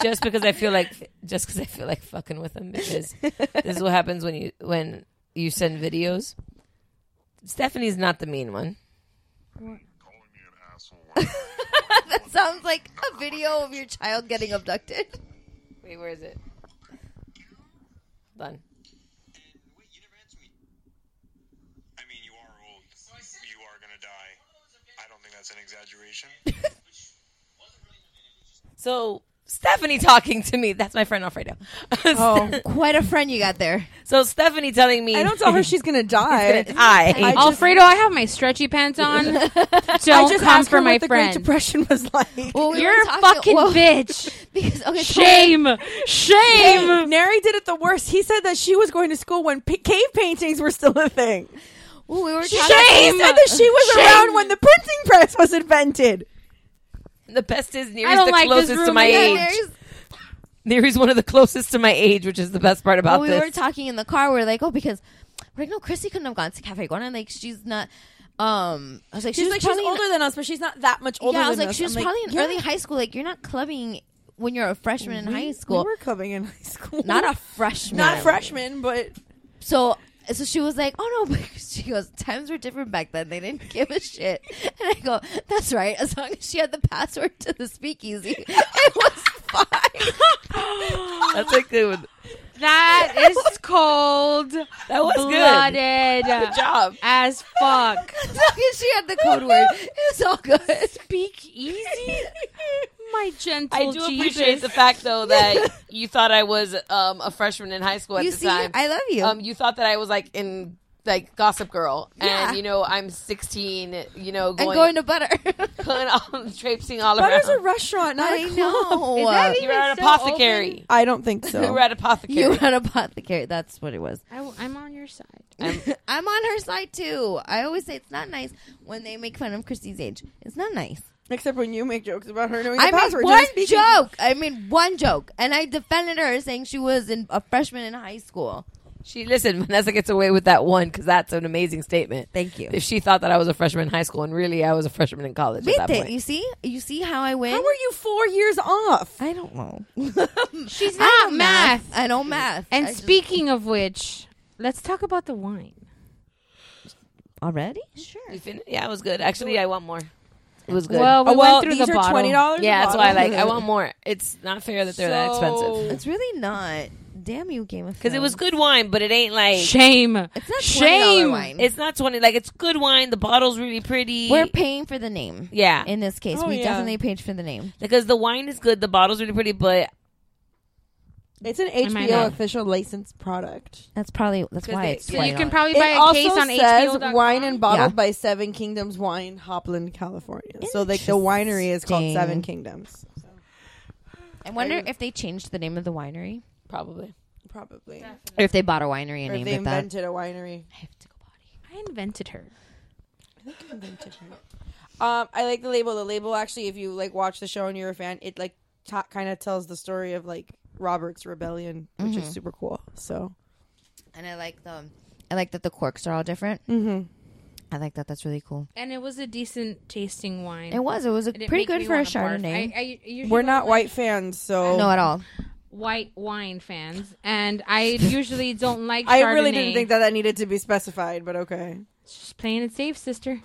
Speaker 17: just because I feel like just because I feel like fucking with them because this is what happens when you when you send videos. Stephanie's not the mean one.
Speaker 9: that sounds like a video of your child getting abducted.
Speaker 17: Wait, where is it? Done.
Speaker 22: I mean, you are old. You are gonna die. I don't think that's an exaggeration.
Speaker 17: So Stephanie talking to me. That's my friend Alfredo.
Speaker 9: Oh, quite a friend you got there.
Speaker 17: So Stephanie telling me.
Speaker 8: I don't tell her she's gonna die.
Speaker 17: I.
Speaker 8: I just-
Speaker 11: Alfredo, I have my stretchy pants on. Don't
Speaker 8: I just
Speaker 11: come
Speaker 8: asked
Speaker 11: for
Speaker 8: her
Speaker 11: my
Speaker 8: what the Great
Speaker 11: friend.
Speaker 8: Depression was like.
Speaker 9: Well, we
Speaker 11: You're
Speaker 9: were
Speaker 11: a
Speaker 9: talking-
Speaker 11: fucking
Speaker 9: well,
Speaker 11: bitch.
Speaker 9: Because okay, so-
Speaker 11: Shame. Shame.
Speaker 8: Hey, Neri did it the worst. He said that she was going to school when p- cave paintings were still a thing.
Speaker 9: Well, we were
Speaker 8: She
Speaker 9: talking-
Speaker 8: said that she was
Speaker 9: Shame.
Speaker 8: around when the printing press was invented.
Speaker 17: The best is
Speaker 11: I
Speaker 17: Neri's
Speaker 11: don't
Speaker 17: the
Speaker 11: like this
Speaker 17: closest to my
Speaker 11: room either.
Speaker 17: age. Neri's one of the closest to my age, which is the best part about
Speaker 9: Well, we
Speaker 17: this.
Speaker 9: were talking in the car. We are like, oh, because we're like, no, Chrissy couldn't have gone to Cafe Guana. Like, she's not. Um, I was like,
Speaker 8: She's,
Speaker 9: she's
Speaker 8: like she's
Speaker 9: probably
Speaker 8: older than us, but she's not that much older.
Speaker 9: yeah, I was
Speaker 8: than
Speaker 9: like,
Speaker 8: us.
Speaker 9: she was
Speaker 8: I'm
Speaker 9: probably in
Speaker 8: yeah,
Speaker 9: early high school. Like, you're not clubbing when you're a freshman in
Speaker 8: we-
Speaker 9: high school.
Speaker 8: We were clubbing in high school.
Speaker 9: not a freshman.
Speaker 8: not a freshman, but
Speaker 9: So, so she was like, oh no, but she goes, times were different back then. They didn't give a shit. And I go, that's right. As long as she had the password to the speakeasy, it was fine.
Speaker 17: That's a good one.
Speaker 11: That is cold. That
Speaker 17: was good.
Speaker 11: blooded.
Speaker 17: Good job.
Speaker 11: As fuck.
Speaker 9: as long as she had the code word, it was all good.
Speaker 11: Speak easy. My gentle
Speaker 17: I do
Speaker 11: Jesus.
Speaker 17: appreciate the fact, though, that you thought I was um, a freshman in high school at
Speaker 9: You
Speaker 17: the
Speaker 9: see,
Speaker 17: time.
Speaker 9: I love you.
Speaker 17: Um, you thought that I was like in like Gossip Girl,
Speaker 9: Yeah.
Speaker 17: and you know I'm 16. You know,
Speaker 9: and
Speaker 17: going,
Speaker 9: going to butter.
Speaker 17: going on, traipsing all
Speaker 8: Butter's a
Speaker 17: around.
Speaker 8: restaurant, not
Speaker 9: I
Speaker 8: a club.
Speaker 9: know.
Speaker 11: Is that
Speaker 17: You were at
Speaker 11: still open?
Speaker 17: apothecary.
Speaker 8: I don't think so.
Speaker 17: You were at apothecary.
Speaker 9: you were an apothecary. That's what it was.
Speaker 11: I, am on your side.
Speaker 9: I'm on her side too. I always say it's not nice when they make fun of Christy's age. It's not nice.
Speaker 8: Except when you make jokes about her knowing the
Speaker 9: I made
Speaker 8: password. to
Speaker 9: one
Speaker 8: speaking.
Speaker 9: joke. I mean one joke, and I defended her saying she was in, a freshman in high school.
Speaker 17: She listen. Vanessa gets away with that one because that's an amazing statement.
Speaker 9: Thank you.
Speaker 17: If she thought that I was a freshman in high school and really I was a freshman in college at that
Speaker 9: Viste,
Speaker 17: point.
Speaker 9: you see, you see how I win.
Speaker 8: How were you four years off?
Speaker 9: I don't know.
Speaker 11: She's
Speaker 9: I
Speaker 11: not
Speaker 9: don't
Speaker 11: math.
Speaker 9: I don't math.
Speaker 11: And
Speaker 9: I just-
Speaker 11: speaking of which, let's talk about the wine.
Speaker 9: already, sure.
Speaker 17: You fin- yeah, it was good. Actually, I want more. It was good.
Speaker 11: Well, we
Speaker 8: Oh, well,
Speaker 11: went through
Speaker 8: these
Speaker 11: the
Speaker 8: are
Speaker 11: bottle.
Speaker 8: $20
Speaker 17: yeah,
Speaker 8: a
Speaker 17: that's why I like.
Speaker 8: bottle.
Speaker 17: I want more. It's not fair that they're that expensive
Speaker 9: It's really not. Damn you, Game of
Speaker 17: because it was
Speaker 9: Thrones.
Speaker 17: good wine, but it ain't like
Speaker 11: Shame.
Speaker 9: It's not
Speaker 11: Shame.
Speaker 9: $20 wine.
Speaker 17: It's not twenty. Like it's good wine. The bottle's really pretty.
Speaker 9: We're paying for the name.
Speaker 17: Yeah.
Speaker 9: In this case,
Speaker 8: Oh,
Speaker 9: we
Speaker 8: yeah.
Speaker 9: definitely paid for the name.
Speaker 17: because the wine is good. The bottle's really pretty, but
Speaker 8: It's an HBO
Speaker 11: might not.
Speaker 8: official licensed product.
Speaker 9: That's probably that's why
Speaker 17: they-
Speaker 9: it's
Speaker 17: so
Speaker 11: So you
Speaker 9: white
Speaker 11: can
Speaker 9: on it.
Speaker 11: probably
Speaker 8: it
Speaker 11: buy a
Speaker 8: also
Speaker 11: case on
Speaker 8: says
Speaker 11: HBO.
Speaker 8: wine and bottled
Speaker 9: Yeah.
Speaker 8: by Seven Kingdoms Wine, Hopland, California. So like the winery is called
Speaker 9: Interesting.
Speaker 8: Seven Kingdoms.
Speaker 9: I wonder if they changed the name of the winery
Speaker 17: probably.
Speaker 8: Probably.
Speaker 9: or if they bought a winery and
Speaker 8: Or if
Speaker 9: named
Speaker 8: they
Speaker 9: it that.
Speaker 8: invented a winery.
Speaker 9: I have to go potty.
Speaker 11: I invented her.
Speaker 8: Um, I like the label. The label actually, if you like watch the show and you're a fan, it like ta- kind of tells the story of like Robert's rebellion, which
Speaker 11: Mm-hmm.
Speaker 8: is super cool. So
Speaker 9: And I like the I like that the corks are all different.
Speaker 17: Mm-hmm.
Speaker 8: Mhm.
Speaker 9: I like that. That's really cool.
Speaker 11: And it was a decent tasting wine.
Speaker 9: It was. It was a,
Speaker 11: Did it
Speaker 9: pretty
Speaker 11: make
Speaker 9: good
Speaker 11: me
Speaker 9: for a
Speaker 11: wanna barf?
Speaker 9: Chardonnay.
Speaker 11: I, I usually
Speaker 8: we're
Speaker 11: don't
Speaker 8: not
Speaker 11: like
Speaker 8: white fans, so
Speaker 9: no, at all.
Speaker 11: white wine fans, and I usually don't like.
Speaker 8: I really didn't
Speaker 11: Chardonnay.
Speaker 8: think that that needed to be specified, but okay.
Speaker 11: Just playing it safe, sister.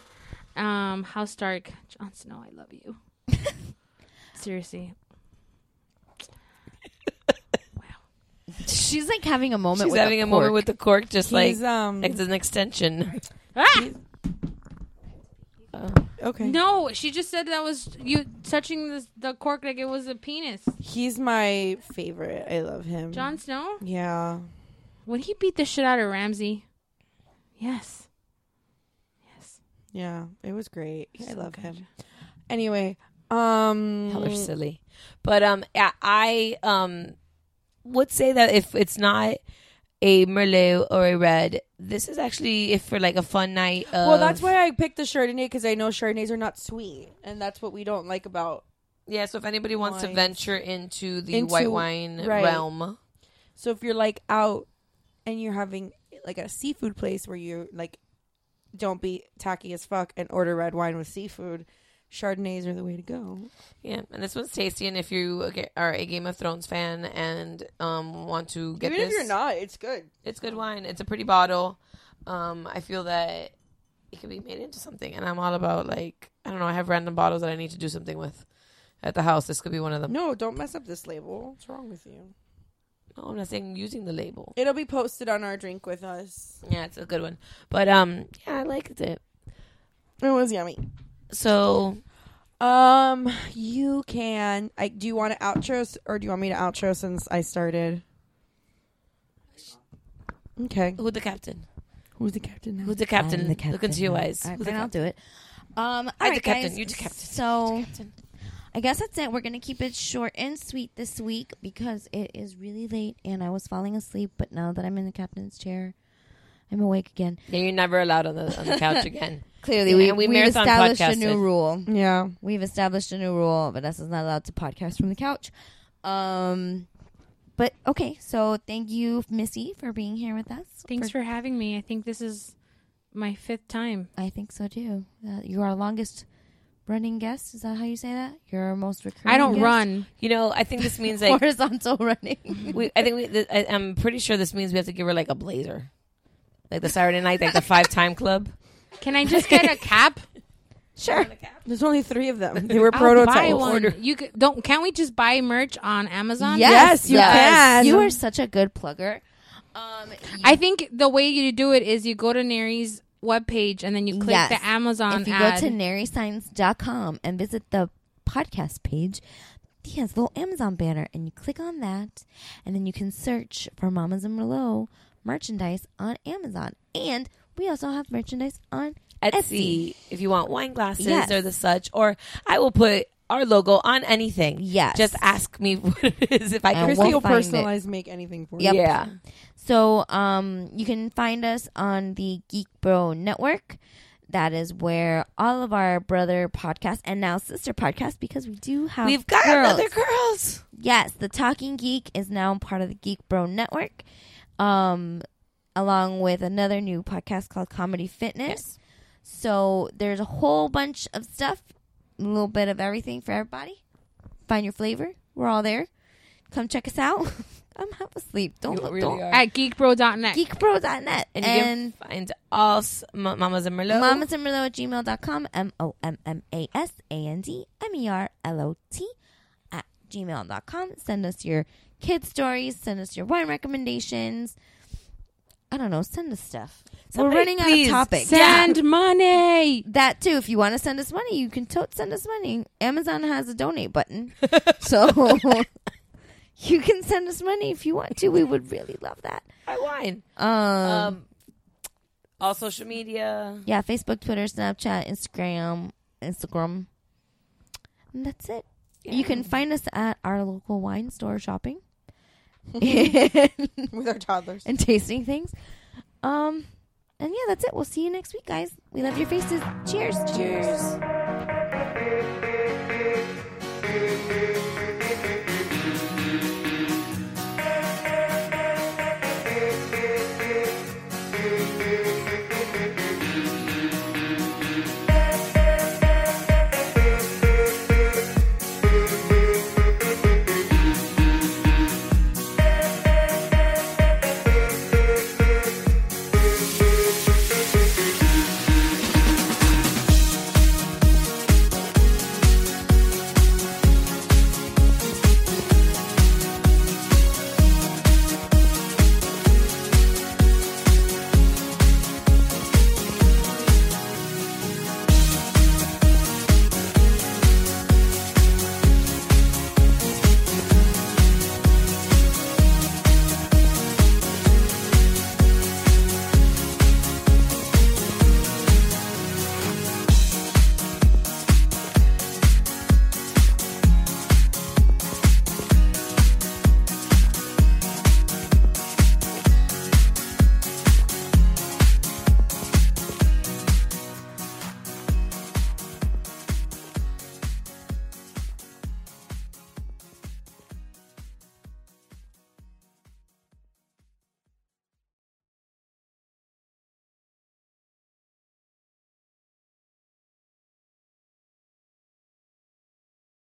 Speaker 11: Um, House Stark, Jon Snow, I love you. Seriously,
Speaker 9: She's like having a moment.
Speaker 17: She's
Speaker 9: with
Speaker 17: having a moment with the cork,
Speaker 8: um,
Speaker 17: just like
Speaker 8: He's, um,
Speaker 17: it's an extension.
Speaker 11: ah!
Speaker 8: Okay.
Speaker 11: No, she just said that was you touching the, the cork like it was a penis.
Speaker 8: He's my favorite. I love him.
Speaker 11: Jon Snow?
Speaker 8: Yeah.
Speaker 11: When he beat the shit out of Ramsey. Yes. Yes.
Speaker 8: Yeah, it was great. I
Speaker 11: so
Speaker 8: love
Speaker 11: good.
Speaker 8: him. Anyway, um
Speaker 17: Hell, they're silly. But um, yeah, I um would say that if it's not a Merlot or a red, this is actually if for like a fun night. Of,
Speaker 8: Well, that's why I picked the Chardonnay because I know Chardonnays are not sweet, and that's what we don't like about.
Speaker 17: Yeah, so if anybody wants to
Speaker 8: Wines.
Speaker 17: venture into the
Speaker 8: Into-
Speaker 17: white wine
Speaker 8: right.
Speaker 17: realm,
Speaker 8: So if you're like out and you're having like a seafood place where you like don't be tacky as fuck and order red wine with seafood, Chardonnays are the way to go.
Speaker 17: yeah, and this one's tasty. And if you ge- are a Game of Thrones fan and um want to get
Speaker 8: Even
Speaker 17: this,
Speaker 8: if you're not, it's good.
Speaker 17: it's good wine. It's a pretty bottle. Um, I feel that it can be made into something, and I'm all about like I don't know. I have random bottles that I need to do something with at the house. This could be one of them.
Speaker 8: No, don't mess up this label. What's wrong with you?
Speaker 17: No, I'm not saying using the label.
Speaker 8: It'll be posted on our drink with us.
Speaker 17: Yeah, it's a good one. But um, yeah, I liked it.
Speaker 8: It was yummy.
Speaker 17: So
Speaker 8: Um, you can. I do you want to outro s- or do you want me to outro since I started? Okay.
Speaker 17: who the captain?
Speaker 8: Who's the captain now?
Speaker 17: Who's the captain?
Speaker 9: I'm the captain
Speaker 17: Look into your
Speaker 9: now.
Speaker 17: eyes.
Speaker 9: All right,
Speaker 17: Who the
Speaker 9: fine, I'll
Speaker 17: captain?
Speaker 9: do it. Um,
Speaker 17: I
Speaker 9: all
Speaker 17: the
Speaker 9: right,
Speaker 17: captain.
Speaker 9: guys,
Speaker 17: You the captain.
Speaker 9: So,
Speaker 17: You the captain.
Speaker 9: I guess that's it. We're gonna keep it short and sweet this week because it is really late and I was falling asleep. But now that I'm in the captain's chair, I'm awake again.
Speaker 17: Yeah, you're never allowed on the on the couch again.
Speaker 9: Clearly,
Speaker 17: Yeah,
Speaker 9: we,
Speaker 17: and we
Speaker 9: we have
Speaker 17: marathon
Speaker 9: established a
Speaker 17: podcasted.
Speaker 9: new rule.
Speaker 8: Yeah.
Speaker 9: We've established a new rule. Vanessa's not allowed to podcast from the couch. Um, but okay, so thank you, Missy, for being here with us.
Speaker 11: Thanks for having me. I think this is my fifth time.
Speaker 9: I think so too. Uh, you're our longest running guest. Is that how you say that? You're our most recurring.
Speaker 11: I don't
Speaker 9: guest?
Speaker 11: run.
Speaker 17: You know, I think this means like
Speaker 9: horizontal running.
Speaker 17: we. I think we. Th- I, I'm pretty sure this means we have to give her like a blazer, like the Saturday night, like the five time club.
Speaker 11: Can I just get a cap?
Speaker 9: sure.
Speaker 8: There's only three of them. They were
Speaker 11: I'll
Speaker 8: prototypes.
Speaker 11: buy one. You c- don't. Can we just buy merch on Amazon?
Speaker 8: Yes, you can.
Speaker 9: You are such a good plugger. Um,
Speaker 11: I think the way you do it is you go to Neri's webpage and then you click
Speaker 9: Yes.
Speaker 11: the Amazon
Speaker 9: if you
Speaker 11: ad.
Speaker 9: go to naryscience.com and visit the podcast page, he has a little Amazon banner, and you click on that, and then you can search for Mamas and Merlot merchandise on Amazon. And we also have merchandise on Etsy.
Speaker 17: Etsy, if you want wine glasses
Speaker 9: Yes.
Speaker 17: or the such, or I will put our logo on anything.
Speaker 9: Yes.
Speaker 17: Just ask me what it is if I can.
Speaker 9: And
Speaker 8: Christy
Speaker 9: we'll
Speaker 8: will
Speaker 9: find it.
Speaker 8: personalize make anything for
Speaker 9: Yep.
Speaker 8: you.
Speaker 17: Yeah.
Speaker 9: So um, you can find us on the Geek Bro Network. That is where all of our brother podcasts and now sister podcasts, because we do have
Speaker 17: We've got
Speaker 9: girls.
Speaker 17: other girls.
Speaker 9: Yes, the Talking Geek is now part of the Geek Bro Network, um, along with another new podcast called Comedy Fitness. So there's a whole bunch of stuff, a little bit of everything for everybody. Find your flavor. We're all there. Come check us out. I'm half asleep. Don't
Speaker 17: You
Speaker 9: look.
Speaker 17: really
Speaker 9: don't.
Speaker 17: are.
Speaker 11: at geekbro.net.
Speaker 9: Geekbro.net
Speaker 17: And
Speaker 9: and,
Speaker 17: you can find us, M- Mamas and Merlot.
Speaker 9: Mamas and Merlot at gmail.com. M O M M A S A N D M E R L O T at gmail.com. Send us your kid stories. Send us your wine recommendations. I don't know. Send us stuff.
Speaker 17: Somebody
Speaker 9: We're running
Speaker 17: please
Speaker 9: out of topics.
Speaker 11: Send money.
Speaker 9: That too. If you want to send us money, you can tote send us money. Amazon has a donate button. so you can send us money if you want to. We would really love that.
Speaker 17: Buy wine.
Speaker 9: um
Speaker 17: Um, all social media.
Speaker 9: Yeah, Facebook, Twitter, Snapchat, Instagram, Instagram. And that's it. You can find us at our local wine store shopping and
Speaker 8: With our toddlers.
Speaker 9: tasting things. Um and yeah, that's it. We'll see you next week, guys. We love your faces. Cheers. Cheers.